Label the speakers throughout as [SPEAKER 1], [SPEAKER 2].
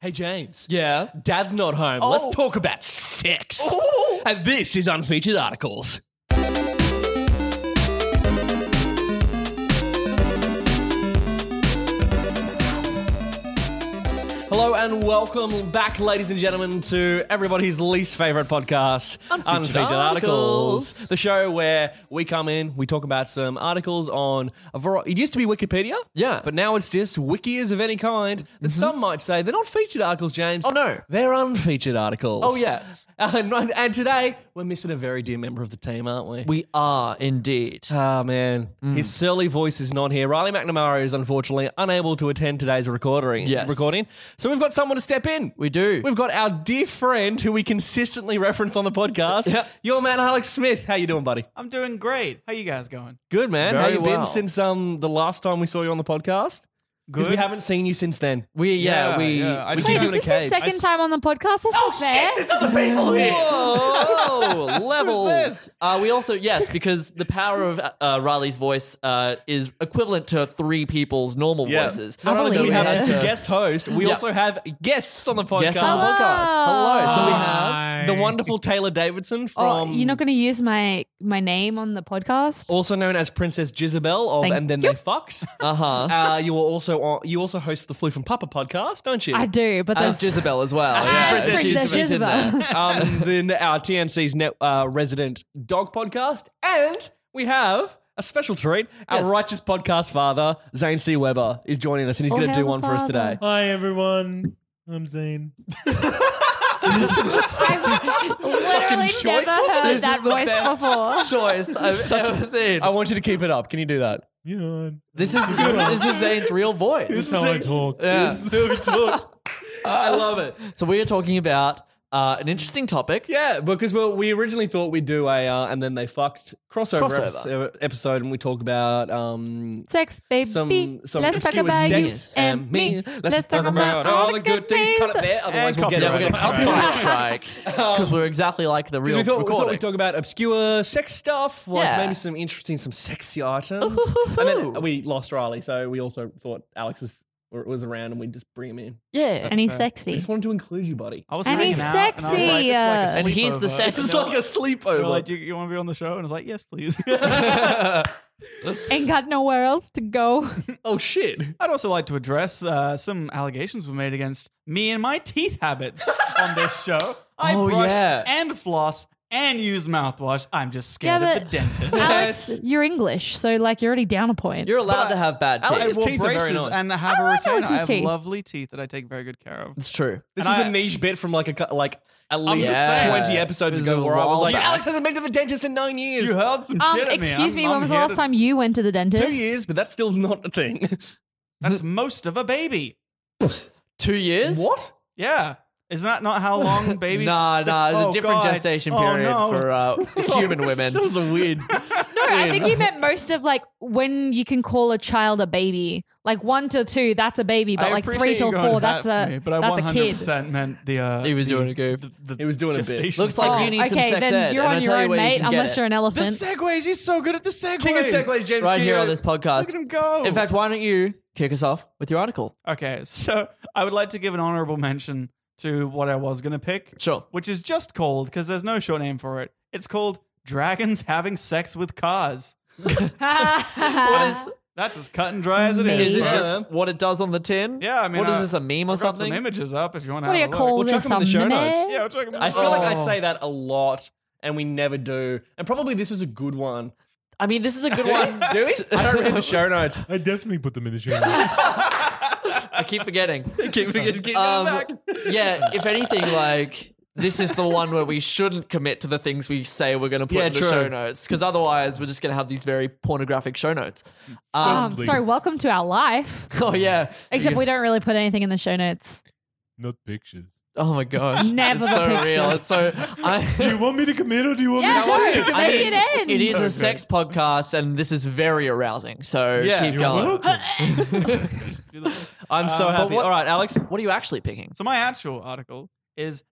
[SPEAKER 1] Hey, James.
[SPEAKER 2] Yeah.
[SPEAKER 1] Dad's not home. Let's talk about sex.
[SPEAKER 2] Oh. Ooh.
[SPEAKER 1] And this is Unfeatured Articles. Hello and welcome back, ladies and gentlemen, to everybody's least favorite podcast,
[SPEAKER 2] Unfeatured Articles.
[SPEAKER 1] The show where we come in, we talk about some articles on a variety. It used to be Wikipedia,
[SPEAKER 2] Yeah. Mm-hmm.
[SPEAKER 1] but now it's just wikis of any kind that some might say they're not featured articles, James.
[SPEAKER 2] Oh, no.
[SPEAKER 1] They're unfeatured articles.
[SPEAKER 2] Oh, yes.
[SPEAKER 1] And, and today, we're missing a very dear member of the team, aren't we?
[SPEAKER 2] We are indeed.
[SPEAKER 1] Ah, man. His surly voice is not here. Riley McNamara is unfortunately unable to attend today's recording.
[SPEAKER 2] Yes.
[SPEAKER 1] recording. So we've got someone to step in.
[SPEAKER 2] We do.
[SPEAKER 1] We've got our dear friend who we consistently reference on the podcast.
[SPEAKER 2] Yeah.
[SPEAKER 1] Your man, Alex Smith. How you doing, buddy?
[SPEAKER 3] I'm doing great. How you guys going?
[SPEAKER 1] Good, man. How
[SPEAKER 2] Very
[SPEAKER 1] you
[SPEAKER 2] well.
[SPEAKER 1] been since um, the last time we saw you on the podcast? Because we haven't seen you since then.
[SPEAKER 2] We yeah,
[SPEAKER 3] Yeah,
[SPEAKER 2] we
[SPEAKER 3] yeah, I
[SPEAKER 2] we
[SPEAKER 3] just-
[SPEAKER 2] keep
[SPEAKER 4] Wait,
[SPEAKER 2] you
[SPEAKER 4] is
[SPEAKER 2] in a
[SPEAKER 4] this his
[SPEAKER 2] cage.
[SPEAKER 4] second
[SPEAKER 3] s-
[SPEAKER 4] time on the podcast
[SPEAKER 1] Oh,
[SPEAKER 4] or something?
[SPEAKER 3] Oh, other people here.
[SPEAKER 2] Whoa, levels.
[SPEAKER 3] this?
[SPEAKER 2] Uh, we also yes, because the power of uh, Riley's voice uh, is equivalent to three people's normal voices.
[SPEAKER 1] Not only do
[SPEAKER 4] believe
[SPEAKER 1] we have
[SPEAKER 4] it.
[SPEAKER 1] just a
[SPEAKER 2] Yeah.
[SPEAKER 1] guest host, we
[SPEAKER 2] Yeah.
[SPEAKER 1] also have guests on the podcast.
[SPEAKER 2] Guests on the
[SPEAKER 4] Hello.
[SPEAKER 2] podcast. Hello. So we have.
[SPEAKER 3] Hi.
[SPEAKER 1] the wonderful Taylor Davidson
[SPEAKER 4] Oh,
[SPEAKER 1] from
[SPEAKER 4] you're not going to use my my name on the podcast?
[SPEAKER 1] also known as Princess Jezebel of
[SPEAKER 4] Thank
[SPEAKER 1] And Then
[SPEAKER 4] you. Uh-huh.
[SPEAKER 1] They Fucked.
[SPEAKER 2] Uh huh.
[SPEAKER 1] Uh, you were also on, you also host the Floof and Papa podcast, don't you?
[SPEAKER 4] I do, but
[SPEAKER 2] As
[SPEAKER 4] those
[SPEAKER 2] Jezebel as well.
[SPEAKER 1] As
[SPEAKER 2] Yeah,
[SPEAKER 1] Princess
[SPEAKER 2] she's-
[SPEAKER 4] Princess
[SPEAKER 2] she's in there.
[SPEAKER 4] Jezebel.
[SPEAKER 1] um, then our TNC's net, uh, resident dog podcast, and we have a special treat. Our
[SPEAKER 2] Yes.
[SPEAKER 1] righteous podcast father, Zane C. Weber, is joining us, and he's
[SPEAKER 4] All
[SPEAKER 1] going to
[SPEAKER 4] hail
[SPEAKER 1] do
[SPEAKER 4] the
[SPEAKER 1] one for us
[SPEAKER 4] Oh, father.
[SPEAKER 1] today.
[SPEAKER 5] Hi everyone. I'm Zane.
[SPEAKER 4] I've literally
[SPEAKER 1] choice,
[SPEAKER 4] never
[SPEAKER 1] wasn't
[SPEAKER 4] heard
[SPEAKER 2] This
[SPEAKER 4] that
[SPEAKER 2] is the
[SPEAKER 4] voice
[SPEAKER 2] best
[SPEAKER 4] before.
[SPEAKER 2] choice I've
[SPEAKER 1] Such a-
[SPEAKER 2] ever seen.
[SPEAKER 1] I want you to keep it up. Can you do that?
[SPEAKER 5] You know,
[SPEAKER 2] this is this is Zane's real voice.
[SPEAKER 5] this is how I talk.
[SPEAKER 2] Yeah.
[SPEAKER 5] This is how I talk.
[SPEAKER 2] I love it. So we are talking about uh, an interesting topic.
[SPEAKER 1] Yeah, because well, we originally thought we'd do a uh, and then they fucked crossover,
[SPEAKER 2] Crossover.
[SPEAKER 1] epi- episode, and we talk about um,
[SPEAKER 4] Sex, baby.
[SPEAKER 1] some some
[SPEAKER 4] Let's talk
[SPEAKER 1] obscure
[SPEAKER 4] about
[SPEAKER 1] sex
[SPEAKER 4] you
[SPEAKER 1] and me. Let's, talk, about, all the good things. Cut it there, otherwise we'll get
[SPEAKER 2] Yeah,
[SPEAKER 1] yeah,
[SPEAKER 2] we're
[SPEAKER 1] we
[SPEAKER 2] going to copyright strike because we're exactly like the real
[SPEAKER 1] we thought, we
[SPEAKER 2] recording.
[SPEAKER 1] thought we'd talk about obscure sex stuff, like
[SPEAKER 2] Yeah.
[SPEAKER 1] maybe some interesting, some sexy items. And then we lost Riley, so we also thought Alex was or was around, and we'd just bring him in.
[SPEAKER 2] yeah,
[SPEAKER 4] And he's
[SPEAKER 1] We
[SPEAKER 4] sexy.
[SPEAKER 1] just wanted to include you, buddy.
[SPEAKER 3] I was
[SPEAKER 4] And
[SPEAKER 3] hanging
[SPEAKER 4] he's
[SPEAKER 3] out, and I was like,
[SPEAKER 4] sexy,
[SPEAKER 3] it's like a
[SPEAKER 4] uh,
[SPEAKER 2] And he's the
[SPEAKER 3] sleepover.
[SPEAKER 2] sex-
[SPEAKER 3] It's
[SPEAKER 1] It's
[SPEAKER 3] like-
[SPEAKER 1] like a
[SPEAKER 3] they were
[SPEAKER 1] sleepover.
[SPEAKER 3] like, you, you want to be on the show? And I was like, yes, please.
[SPEAKER 4] Ain't got nowhere else to go.
[SPEAKER 1] oh shit!
[SPEAKER 3] I'd also like to address uh, some allegations were made against me and my teeth habits on this show. I
[SPEAKER 2] Oh,
[SPEAKER 3] brush
[SPEAKER 2] yeah.
[SPEAKER 3] and floss and use mouthwash. I'm just
[SPEAKER 4] Yeah,
[SPEAKER 3] scared of
[SPEAKER 4] but-
[SPEAKER 3] the dentist.
[SPEAKER 4] Alex, you're English, so like you're already down a point.
[SPEAKER 2] you're allowed to have bad
[SPEAKER 1] Alex
[SPEAKER 3] I
[SPEAKER 1] his
[SPEAKER 2] taste.
[SPEAKER 3] wore
[SPEAKER 1] teeth are very
[SPEAKER 3] braces
[SPEAKER 1] nice.
[SPEAKER 3] and have a
[SPEAKER 4] like
[SPEAKER 3] retainer. I
[SPEAKER 4] Alex's
[SPEAKER 3] have
[SPEAKER 4] teeth.
[SPEAKER 3] lovely teeth that I take very good care of.
[SPEAKER 2] It's true.
[SPEAKER 1] This is
[SPEAKER 3] And
[SPEAKER 1] a
[SPEAKER 3] I-
[SPEAKER 1] niche bit from like a cou- like at
[SPEAKER 3] I'm
[SPEAKER 1] least
[SPEAKER 3] just saying.
[SPEAKER 1] twenty episodes
[SPEAKER 2] This is
[SPEAKER 1] ago,
[SPEAKER 2] a
[SPEAKER 1] where I was
[SPEAKER 2] while
[SPEAKER 1] like,
[SPEAKER 2] back.
[SPEAKER 1] Alex hasn't been to the dentist in nine years.
[SPEAKER 3] You hurled some
[SPEAKER 4] um,
[SPEAKER 3] shit at me.
[SPEAKER 4] excuse
[SPEAKER 3] I'm-
[SPEAKER 4] me,
[SPEAKER 3] I'm
[SPEAKER 4] when was the
[SPEAKER 3] here
[SPEAKER 4] last
[SPEAKER 3] to-
[SPEAKER 4] time you went to the dentist?
[SPEAKER 1] Two years, but that's still not a thing.
[SPEAKER 3] That's most of a baby.
[SPEAKER 2] Two years?
[SPEAKER 1] what?
[SPEAKER 3] Yeah. Isn't that not how long babies?
[SPEAKER 2] Nah,
[SPEAKER 3] sit-
[SPEAKER 2] nah. It's
[SPEAKER 3] Oh,
[SPEAKER 2] a different
[SPEAKER 3] God.
[SPEAKER 2] gestation
[SPEAKER 3] Oh,
[SPEAKER 2] period
[SPEAKER 3] no. Oh,
[SPEAKER 2] for uh, human women.
[SPEAKER 1] That was a weird.
[SPEAKER 4] No, I think he meant most of like when you can call a child a baby. Like one till two, that's a baby, but
[SPEAKER 3] I
[SPEAKER 4] like three
[SPEAKER 3] appreciate
[SPEAKER 4] till
[SPEAKER 3] you going to
[SPEAKER 4] four, that's
[SPEAKER 3] that for
[SPEAKER 4] a
[SPEAKER 3] me, but I
[SPEAKER 4] that's a kid.
[SPEAKER 3] 100% meant the. Uh,
[SPEAKER 2] He was
[SPEAKER 3] the-
[SPEAKER 2] doing a goof.
[SPEAKER 3] The,
[SPEAKER 1] He was doing a bit.
[SPEAKER 3] gestation
[SPEAKER 2] Looks like
[SPEAKER 4] Oh,
[SPEAKER 2] you need some
[SPEAKER 4] okay,
[SPEAKER 2] sex
[SPEAKER 4] then
[SPEAKER 2] ed.
[SPEAKER 4] you're
[SPEAKER 2] and
[SPEAKER 4] on
[SPEAKER 2] I
[SPEAKER 4] your
[SPEAKER 2] tell you
[SPEAKER 4] own,
[SPEAKER 2] where you
[SPEAKER 4] mate.
[SPEAKER 2] can get
[SPEAKER 4] Unless
[SPEAKER 2] it.
[SPEAKER 4] you're an
[SPEAKER 3] The
[SPEAKER 4] elephant.
[SPEAKER 3] segues. He's so good at the segues.
[SPEAKER 1] King of segues, James.
[SPEAKER 2] right
[SPEAKER 1] Keogh.
[SPEAKER 2] here on this podcast.
[SPEAKER 3] Look at him go.
[SPEAKER 2] In fact, why don't you kick us off with your article?
[SPEAKER 3] okay. So I would like to give an honorable mention to what I was going to pick,
[SPEAKER 2] Sure.
[SPEAKER 3] which is just called because there's no short name for it. It's called dragons having sex with cars.
[SPEAKER 2] What is?
[SPEAKER 3] That's as cut and dry as it
[SPEAKER 4] Maybe.
[SPEAKER 3] is.
[SPEAKER 2] Is it
[SPEAKER 3] bro.
[SPEAKER 2] just what it does on the tin?
[SPEAKER 3] Yeah, I mean,
[SPEAKER 2] what
[SPEAKER 3] uh,
[SPEAKER 2] is this? A meme or
[SPEAKER 3] I've got
[SPEAKER 2] something?
[SPEAKER 3] Some images up if you want to.
[SPEAKER 4] what do you
[SPEAKER 3] have a look.
[SPEAKER 4] call
[SPEAKER 1] We'll chuck
[SPEAKER 4] this?
[SPEAKER 1] 'em in the show notes.
[SPEAKER 4] Thumbnail?
[SPEAKER 3] Yeah, we'll check 'em out.
[SPEAKER 1] I feel like I
[SPEAKER 2] Oh.
[SPEAKER 1] say that a lot, and we never do. And probably this is a good one.
[SPEAKER 2] I mean, this is a good one.
[SPEAKER 1] Do we? I don't read the show notes.
[SPEAKER 5] I definitely put them in the show. notes.
[SPEAKER 2] I keep forgetting.
[SPEAKER 1] Keep forgetting- keep going
[SPEAKER 2] Um,
[SPEAKER 1] back.
[SPEAKER 2] yeah, if anything, like this is the one where we shouldn't commit to the things we say we're going to put
[SPEAKER 1] Yeah,
[SPEAKER 2] in the
[SPEAKER 1] true.
[SPEAKER 2] show notes because otherwise we're just going to have these very pornographic show notes.
[SPEAKER 4] Um,
[SPEAKER 5] Please.
[SPEAKER 4] sorry, welcome to our life.
[SPEAKER 2] Oh yeah.
[SPEAKER 4] Except we don't really put anything in the show notes.
[SPEAKER 5] Not pictures.
[SPEAKER 2] Oh my gosh.
[SPEAKER 4] Never
[SPEAKER 2] it's
[SPEAKER 4] the
[SPEAKER 2] so
[SPEAKER 4] pictures.
[SPEAKER 2] real. It's so.
[SPEAKER 5] Do
[SPEAKER 2] I,
[SPEAKER 5] you want me to commit or do you want
[SPEAKER 4] Yeah,
[SPEAKER 5] me to
[SPEAKER 4] no,
[SPEAKER 5] commit?
[SPEAKER 2] I
[SPEAKER 4] Make
[SPEAKER 2] mean,
[SPEAKER 4] it end.
[SPEAKER 2] it is
[SPEAKER 5] So
[SPEAKER 2] a
[SPEAKER 5] good.
[SPEAKER 2] sex podcast, and this is very arousing. So
[SPEAKER 1] Yeah.
[SPEAKER 2] keep
[SPEAKER 5] You're
[SPEAKER 2] going.
[SPEAKER 5] welcome.
[SPEAKER 3] Do the-
[SPEAKER 1] I'm so
[SPEAKER 3] Um, but
[SPEAKER 1] happy.
[SPEAKER 2] what-
[SPEAKER 1] All right, Alex.
[SPEAKER 2] What are you actually picking?
[SPEAKER 3] So my actual article is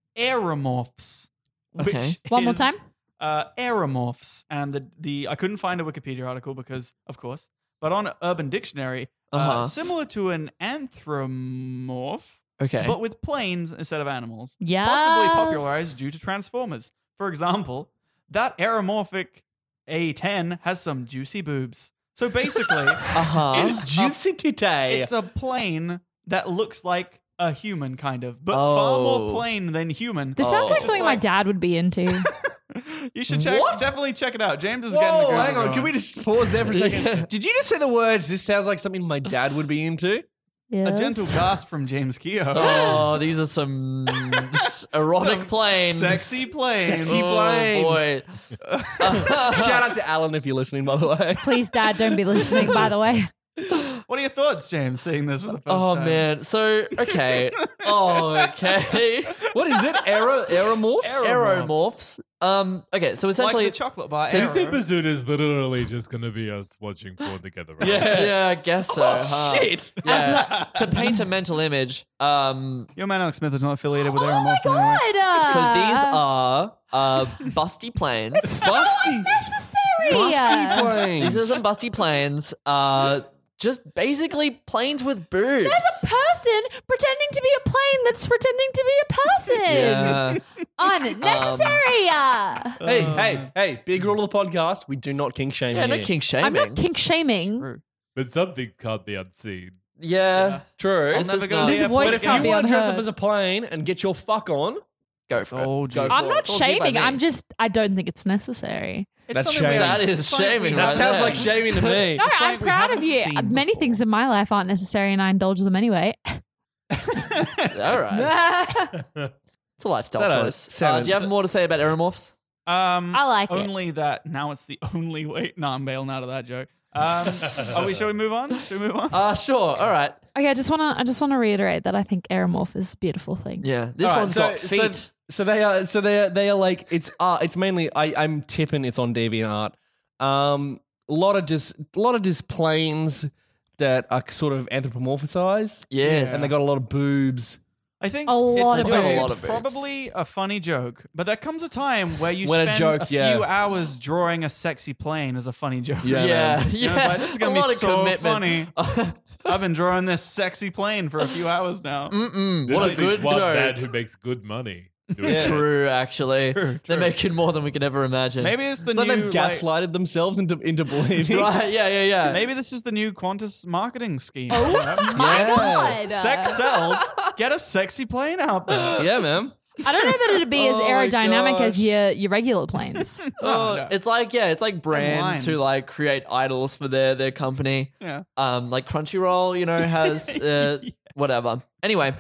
[SPEAKER 3] aeromorphs. Which
[SPEAKER 2] Okay.
[SPEAKER 4] One more
[SPEAKER 3] is,
[SPEAKER 4] time?
[SPEAKER 3] Uh, aeromorphs, and the the I couldn't find a Wikipedia article because, of course, but on Urban Dictionary, uh
[SPEAKER 2] Uh-huh.
[SPEAKER 3] similar to an anthromorph,
[SPEAKER 2] Okay.
[SPEAKER 3] but with planes instead of animals.
[SPEAKER 4] Yeah.
[SPEAKER 3] Possibly popularized due to Transformers. For example, that aeromorphic A10 has some juicy boobs. So basically,
[SPEAKER 2] uh-huh.
[SPEAKER 3] It's a-
[SPEAKER 2] juicy today.
[SPEAKER 3] it's a plane that looks like a human, kind of, but far
[SPEAKER 2] Oh.
[SPEAKER 3] more plain than human.
[SPEAKER 4] This sounds
[SPEAKER 2] Oh.
[SPEAKER 4] like
[SPEAKER 2] It's
[SPEAKER 4] something my dad would be into.
[SPEAKER 3] You should check.
[SPEAKER 1] What?
[SPEAKER 3] Definitely check it out. James is getting the
[SPEAKER 1] Whoa,
[SPEAKER 3] ground
[SPEAKER 1] hang on.
[SPEAKER 3] going.
[SPEAKER 1] Can we just pause there for a second?
[SPEAKER 2] Yeah.
[SPEAKER 1] Did you just say the words? This sounds like something my dad would be into.
[SPEAKER 4] Yes.
[SPEAKER 3] a gentle gasp from James Keogh.
[SPEAKER 2] oh, these are some s- erotic
[SPEAKER 3] Some
[SPEAKER 2] planes.
[SPEAKER 3] Sexy planes.
[SPEAKER 1] Sexy
[SPEAKER 2] oh,
[SPEAKER 1] planes.
[SPEAKER 2] Boy.
[SPEAKER 1] Shout out to Alan if you're listening, by the way.
[SPEAKER 4] Please, Dad, don't be listening. By the way,
[SPEAKER 3] What are your thoughts, James, seeing this for the first
[SPEAKER 2] Oh
[SPEAKER 3] time?
[SPEAKER 2] man. So okay. Oh okay.
[SPEAKER 1] What is it? Aero, aeromorphs?
[SPEAKER 2] Aeromorphs. Um. Okay. So
[SPEAKER 3] Like
[SPEAKER 2] essentially.
[SPEAKER 3] the chocolate bar.
[SPEAKER 5] This
[SPEAKER 3] Arrow.
[SPEAKER 5] episode is literally just gonna be us watching porn together. Right?
[SPEAKER 2] yeah, I guess so.
[SPEAKER 3] Oh,
[SPEAKER 2] huh?
[SPEAKER 1] Shit.
[SPEAKER 2] Yeah. to paint a mental image. Um.
[SPEAKER 3] Your man Alex Smith is not affiliated with
[SPEAKER 4] oh my
[SPEAKER 3] Aeromorphs. in any way.
[SPEAKER 4] god! Uh,
[SPEAKER 2] So these are uh busty planes.
[SPEAKER 1] Busty.
[SPEAKER 4] necessary.
[SPEAKER 1] Busty
[SPEAKER 2] These
[SPEAKER 1] planes.
[SPEAKER 2] are some busty planes. Uh, just basically planes with boobs.
[SPEAKER 4] There's a person pretending to be a plane that's pretending to be a person.
[SPEAKER 2] yeah.
[SPEAKER 4] Unnecessary. uh.
[SPEAKER 1] Hey, hey, hey, big rule of the podcast. We do not kink shame
[SPEAKER 2] yeah,
[SPEAKER 1] here.
[SPEAKER 2] no kink shaming.
[SPEAKER 4] I'm not kink shaming.
[SPEAKER 5] But something can't be unseen.
[SPEAKER 2] Yeah,
[SPEAKER 1] True.
[SPEAKER 2] This
[SPEAKER 3] never
[SPEAKER 2] is
[SPEAKER 3] gonna
[SPEAKER 2] not-
[SPEAKER 3] be
[SPEAKER 4] This
[SPEAKER 3] a
[SPEAKER 1] But
[SPEAKER 3] podcast.
[SPEAKER 4] voice
[SPEAKER 1] if
[SPEAKER 4] This can't
[SPEAKER 1] you
[SPEAKER 4] be
[SPEAKER 1] want to dress
[SPEAKER 4] unheard.
[SPEAKER 1] up as a plane and get your fuck on,
[SPEAKER 2] go for it.
[SPEAKER 3] Oh,
[SPEAKER 1] Go
[SPEAKER 3] geez.
[SPEAKER 1] for
[SPEAKER 4] I'm not
[SPEAKER 2] It's all due by
[SPEAKER 4] shaming.
[SPEAKER 2] me.
[SPEAKER 4] I'm just. I don't think it's necessary.
[SPEAKER 3] It's
[SPEAKER 1] That's
[SPEAKER 3] something we
[SPEAKER 1] shaming.
[SPEAKER 3] haven't-
[SPEAKER 2] That is
[SPEAKER 3] something
[SPEAKER 2] shaming
[SPEAKER 3] we
[SPEAKER 2] right
[SPEAKER 1] that
[SPEAKER 3] haven't
[SPEAKER 2] there.
[SPEAKER 1] sounds
[SPEAKER 3] done.
[SPEAKER 1] like shaming to me.
[SPEAKER 4] No,
[SPEAKER 3] It's
[SPEAKER 4] I'm
[SPEAKER 3] something we
[SPEAKER 4] proud of
[SPEAKER 3] haven't
[SPEAKER 4] you.
[SPEAKER 3] seen
[SPEAKER 4] Many
[SPEAKER 3] before.
[SPEAKER 4] things in my life aren't necessary, and I indulge them anyway.
[SPEAKER 2] All right,
[SPEAKER 4] I
[SPEAKER 2] it's a lifestyle
[SPEAKER 1] Sounds-
[SPEAKER 2] choice. Uh,
[SPEAKER 1] sounds-
[SPEAKER 2] do you have more to say about aeromorphs?
[SPEAKER 3] Um,
[SPEAKER 4] like it.
[SPEAKER 3] only that now it's the only way. No, I'm bailing out of that joke. Um, are we? Shall we move on? Shall we move on?
[SPEAKER 2] Uh sure. All right.
[SPEAKER 4] Okay, I just want to. I just want to reiterate that I think aeromorph is a beautiful thing.
[SPEAKER 2] Yeah, this
[SPEAKER 1] All right,
[SPEAKER 2] one's
[SPEAKER 1] so-
[SPEAKER 2] got feet.
[SPEAKER 1] So, so they are. So they are. They are like it's. Uh, it's mainly. I, I'm tipping. It's on DeviantArt. Um, a lot of just. A lot of just planes that are sort of anthropomorphized,
[SPEAKER 2] yes,
[SPEAKER 1] and they got a lot of boobs.
[SPEAKER 3] I think
[SPEAKER 4] A lot
[SPEAKER 3] it's
[SPEAKER 4] of
[SPEAKER 3] probably-
[SPEAKER 2] boobs. A lot of boobs.
[SPEAKER 3] probably a funny joke, but there comes a time where you
[SPEAKER 1] When a
[SPEAKER 3] spend a,
[SPEAKER 1] joke, yeah.
[SPEAKER 3] few hours drawing a sexy plane as a funny joke.
[SPEAKER 1] Yeah.
[SPEAKER 2] yeah, yeah.
[SPEAKER 3] And I was like, this is gonna
[SPEAKER 2] a
[SPEAKER 3] be
[SPEAKER 2] lot of
[SPEAKER 3] so
[SPEAKER 2] commitment.
[SPEAKER 3] funny. I've been drawing this sexy plane for a few hours now.
[SPEAKER 2] Mm-mm,
[SPEAKER 5] This
[SPEAKER 2] Hmm, what a
[SPEAKER 5] is
[SPEAKER 2] good
[SPEAKER 5] one
[SPEAKER 2] joke.
[SPEAKER 5] man who makes good money.
[SPEAKER 1] Yeah.
[SPEAKER 2] True, actually, they're making more than we could ever imagine.
[SPEAKER 3] Maybe it's the
[SPEAKER 1] So
[SPEAKER 3] new
[SPEAKER 1] they've
[SPEAKER 3] like-
[SPEAKER 1] gaslighted themselves into into believing.
[SPEAKER 2] Right? Yeah, yeah, yeah.
[SPEAKER 3] Maybe this is the new Qantas marketing scheme.
[SPEAKER 4] Oh,
[SPEAKER 1] Yeah.
[SPEAKER 3] Sex sells. Get a sexy plane out there.
[SPEAKER 1] Yeah, man.
[SPEAKER 4] I don't know that it'd be as
[SPEAKER 2] Oh my
[SPEAKER 4] aerodynamic
[SPEAKER 2] gosh.
[SPEAKER 4] as your your regular planes.
[SPEAKER 2] Oh,
[SPEAKER 3] no.
[SPEAKER 2] it's like yeah, it's like brands
[SPEAKER 3] lines.
[SPEAKER 2] who like create idols for their their company.
[SPEAKER 3] Yeah.
[SPEAKER 2] Um, like Crunchyroll, you know, has uh, whatever. Anyway,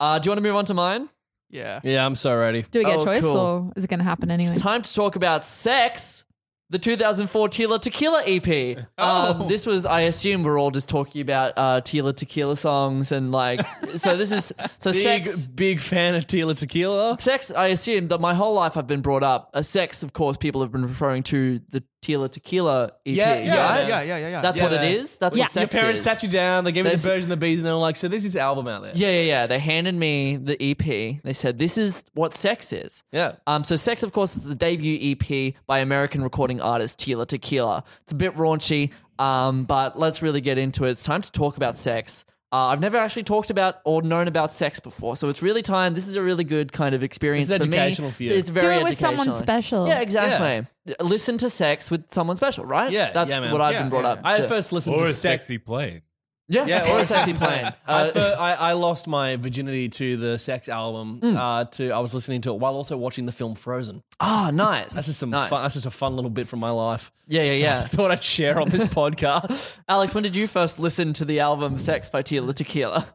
[SPEAKER 2] uh, do you want to move on to mine?
[SPEAKER 3] Yeah.
[SPEAKER 1] Yeah, I'm so ready.
[SPEAKER 4] Do we get
[SPEAKER 2] Oh,
[SPEAKER 4] a choice,
[SPEAKER 2] cool.
[SPEAKER 4] or is it going to happen anyway?
[SPEAKER 2] It's time to talk about sex. The 2004 Tila Tequila EP. Um,
[SPEAKER 3] Oh.
[SPEAKER 2] This was, I assume, we're all just talking about uh, Tila Tequila songs and like. So this is so
[SPEAKER 1] Big
[SPEAKER 2] sex.
[SPEAKER 1] big fan of Tila Tequila.
[SPEAKER 2] Sex, I assume that my whole life I've been brought up. Uh, sex, of course, people have been referring to the Tila Tequila EP.
[SPEAKER 1] Yeah, yeah,
[SPEAKER 2] right?
[SPEAKER 3] yeah, yeah, yeah, yeah.
[SPEAKER 2] That's
[SPEAKER 1] Yeah.
[SPEAKER 2] what it is. That's
[SPEAKER 4] Yeah.
[SPEAKER 2] what sex
[SPEAKER 1] Your parents
[SPEAKER 2] is.
[SPEAKER 1] sat you down. They gave you
[SPEAKER 2] They
[SPEAKER 1] the
[SPEAKER 2] s-
[SPEAKER 1] birds and the bees, and they were like, "So this is the album out there."
[SPEAKER 2] Yeah, yeah, yeah. They handed me the EP. They said, "This is what Sex is."
[SPEAKER 1] Yeah.
[SPEAKER 2] Um. So Sex, of course, is the debut EP by American recording artist Tila Tequila. It's a bit raunchy, um, but let's really get into it. It's time to talk about sex. Uh, I've never actually talked about or known about sex before, so it's really time. This is a really good kind of experience
[SPEAKER 1] This is
[SPEAKER 2] for me.
[SPEAKER 1] educational for you.
[SPEAKER 2] It's
[SPEAKER 4] Do
[SPEAKER 2] very
[SPEAKER 4] it with someone
[SPEAKER 2] educational.
[SPEAKER 4] special.
[SPEAKER 2] Yeah, exactly. Uh, Listen to sex with someone special, right?
[SPEAKER 1] Yeah,
[SPEAKER 2] that's
[SPEAKER 1] yeah, man.
[SPEAKER 2] what I've
[SPEAKER 3] Yeah,
[SPEAKER 2] been brought
[SPEAKER 3] yeah.
[SPEAKER 2] up.
[SPEAKER 1] I
[SPEAKER 2] to.
[SPEAKER 1] at first listened
[SPEAKER 5] Or
[SPEAKER 1] to
[SPEAKER 5] a
[SPEAKER 1] sex.
[SPEAKER 5] sexy plane.
[SPEAKER 2] yeah,
[SPEAKER 1] Yeah,
[SPEAKER 2] or a sexy plane.
[SPEAKER 1] I
[SPEAKER 2] Uh,
[SPEAKER 1] fir- I, I lost my virginity to the sex album.
[SPEAKER 2] Hmm.
[SPEAKER 1] Uh, to I was listening to it while also watching the film Frozen.
[SPEAKER 2] Ah, nice.
[SPEAKER 1] That's just some
[SPEAKER 2] nice.
[SPEAKER 1] fun. That's just a fun little bit from my life.
[SPEAKER 2] Yeah, yeah,
[SPEAKER 1] I
[SPEAKER 2] yeah.
[SPEAKER 1] thought I'd share on this podcast.
[SPEAKER 2] Alex, when did you first listen to the album Sex by Tila Tequila?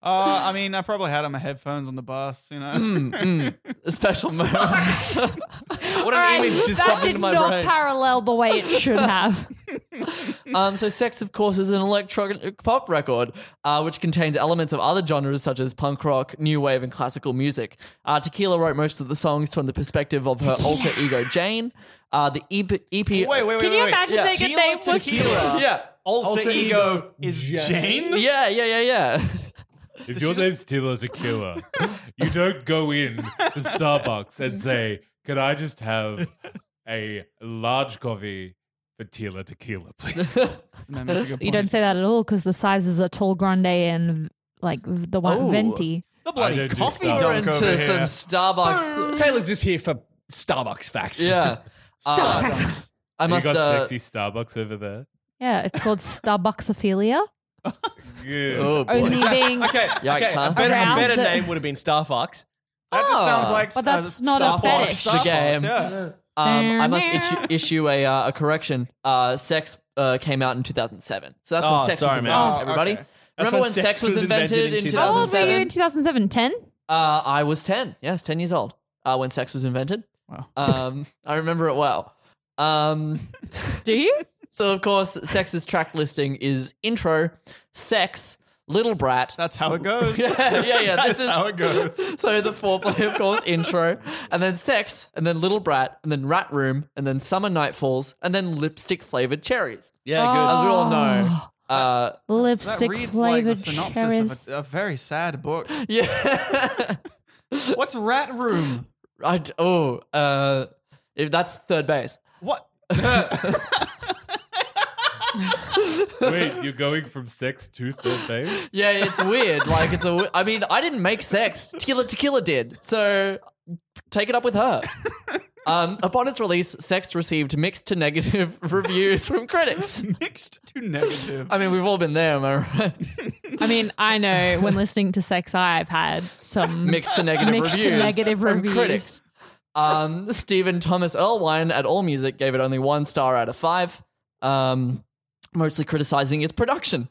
[SPEAKER 3] Uh, I mean, I probably had on my headphones on the bus, you know.
[SPEAKER 2] A special moment. what an
[SPEAKER 4] All right,
[SPEAKER 2] image just
[SPEAKER 4] that
[SPEAKER 2] popped
[SPEAKER 4] did
[SPEAKER 2] into my
[SPEAKER 4] not
[SPEAKER 2] brain.
[SPEAKER 4] parallel the way it should have.
[SPEAKER 2] um, so Sex, of course, is an electronic pop record, uh, which contains elements of other genres such as punk rock, new wave, and classical music. Uh, Tequila wrote most of the songs from the perspective of her alter ego, Jane. Uh, the EP... EP
[SPEAKER 3] Wait, wait, wait.
[SPEAKER 4] Can you
[SPEAKER 3] wait, wait.
[SPEAKER 4] imagine
[SPEAKER 2] Yeah.
[SPEAKER 4] their good
[SPEAKER 3] Tequila
[SPEAKER 4] name was
[SPEAKER 3] Tequila.
[SPEAKER 2] Yeah.
[SPEAKER 3] Alter,
[SPEAKER 1] Alter
[SPEAKER 3] ego,
[SPEAKER 1] ego
[SPEAKER 3] is
[SPEAKER 1] Jane.
[SPEAKER 3] Jane.
[SPEAKER 2] Yeah, yeah, yeah, yeah.
[SPEAKER 5] If your name's Tila Tequila, you don't go in to Starbucks and say, "Can I just have a large coffee for Tila Tequila, please?"
[SPEAKER 3] That makes a good
[SPEAKER 4] You
[SPEAKER 3] point.
[SPEAKER 4] don't say that at all because the sizes are tall grande and like the one
[SPEAKER 2] Oh.
[SPEAKER 4] venti.
[SPEAKER 3] The bloody
[SPEAKER 5] don't do
[SPEAKER 3] coffee
[SPEAKER 5] Starbucks.
[SPEAKER 2] We're
[SPEAKER 3] dunk
[SPEAKER 2] into
[SPEAKER 3] over here.
[SPEAKER 2] some Starbucks.
[SPEAKER 1] Taylor's just here for Starbucks facts.
[SPEAKER 2] yeah. Uh, I
[SPEAKER 5] You
[SPEAKER 2] must.
[SPEAKER 5] got
[SPEAKER 2] uh,
[SPEAKER 5] sexy Starbucks over there.
[SPEAKER 4] Yeah, it's called Starbucksophilia.
[SPEAKER 5] Yeah.
[SPEAKER 2] Oh, boy.
[SPEAKER 4] Only being
[SPEAKER 1] Okay.
[SPEAKER 2] Yikes,
[SPEAKER 1] okay.
[SPEAKER 2] huh?
[SPEAKER 1] A better, a better
[SPEAKER 4] Aroused it.
[SPEAKER 1] name would have been Starbucks.
[SPEAKER 3] That just sounds like
[SPEAKER 4] Oh, But that's
[SPEAKER 3] uh,
[SPEAKER 4] not a
[SPEAKER 3] Star Fox.
[SPEAKER 4] fetish.
[SPEAKER 3] Star
[SPEAKER 2] The
[SPEAKER 3] Fox,
[SPEAKER 2] game.
[SPEAKER 3] yeah.
[SPEAKER 2] Um, I must issue, issue a, uh, a correction. Uh, sex uh, came out in 2007. So that's when
[SPEAKER 1] Oh,
[SPEAKER 2] sex
[SPEAKER 1] sorry,
[SPEAKER 2] was
[SPEAKER 1] man.
[SPEAKER 2] invented,
[SPEAKER 1] Oh,
[SPEAKER 2] everybody.
[SPEAKER 1] okay. That's
[SPEAKER 2] Remember when, sex was invented, in
[SPEAKER 4] How old were you
[SPEAKER 2] 2007?
[SPEAKER 4] in 2007? 10?
[SPEAKER 2] uh, I was 10. Yes, 10 years old uh, when sex was invented.
[SPEAKER 3] Wow.
[SPEAKER 2] Um, I remember it well. Um,
[SPEAKER 4] Do you?
[SPEAKER 2] so, of course, Sex's track listing is intro, sex, little brat.
[SPEAKER 3] That's how it goes.
[SPEAKER 2] yeah, yeah, yeah.
[SPEAKER 3] That's
[SPEAKER 2] This is
[SPEAKER 3] how it goes.
[SPEAKER 2] So the foreplay, of course, intro, and then sex, and then little brat, and then rat room, and then summer nightfalls, and then lipstick flavored cherries.
[SPEAKER 1] Yeah,
[SPEAKER 2] As we all know, uh,
[SPEAKER 3] That
[SPEAKER 4] Lipstick
[SPEAKER 3] reads like the
[SPEAKER 4] flavored
[SPEAKER 3] synopsis
[SPEAKER 4] cherries.
[SPEAKER 3] of a, a very sad book.
[SPEAKER 2] yeah.
[SPEAKER 3] What's Rat Room?
[SPEAKER 2] I d- oh, uh, if that's third base.
[SPEAKER 3] What?
[SPEAKER 5] Wait, you're going from sex to third base?
[SPEAKER 2] Yeah, it's weird. Like it's a. w- I mean, I didn't make sex. Tila Tequila did. So take it up with her. Um, upon its release, Sex received mixed to negative reviews from critics.
[SPEAKER 3] Mixed to negative.
[SPEAKER 2] I mean, we've all been there, am I right?
[SPEAKER 4] I mean, I know when listening to Sex I've had some
[SPEAKER 2] mixed to negative
[SPEAKER 4] Mixed to
[SPEAKER 2] reviews.
[SPEAKER 4] negative
[SPEAKER 2] from
[SPEAKER 4] reviews.
[SPEAKER 2] critics. Um, Stephen Thomas Erlewine at AllMusic gave it only one star out of five, um, mostly criticizing its production.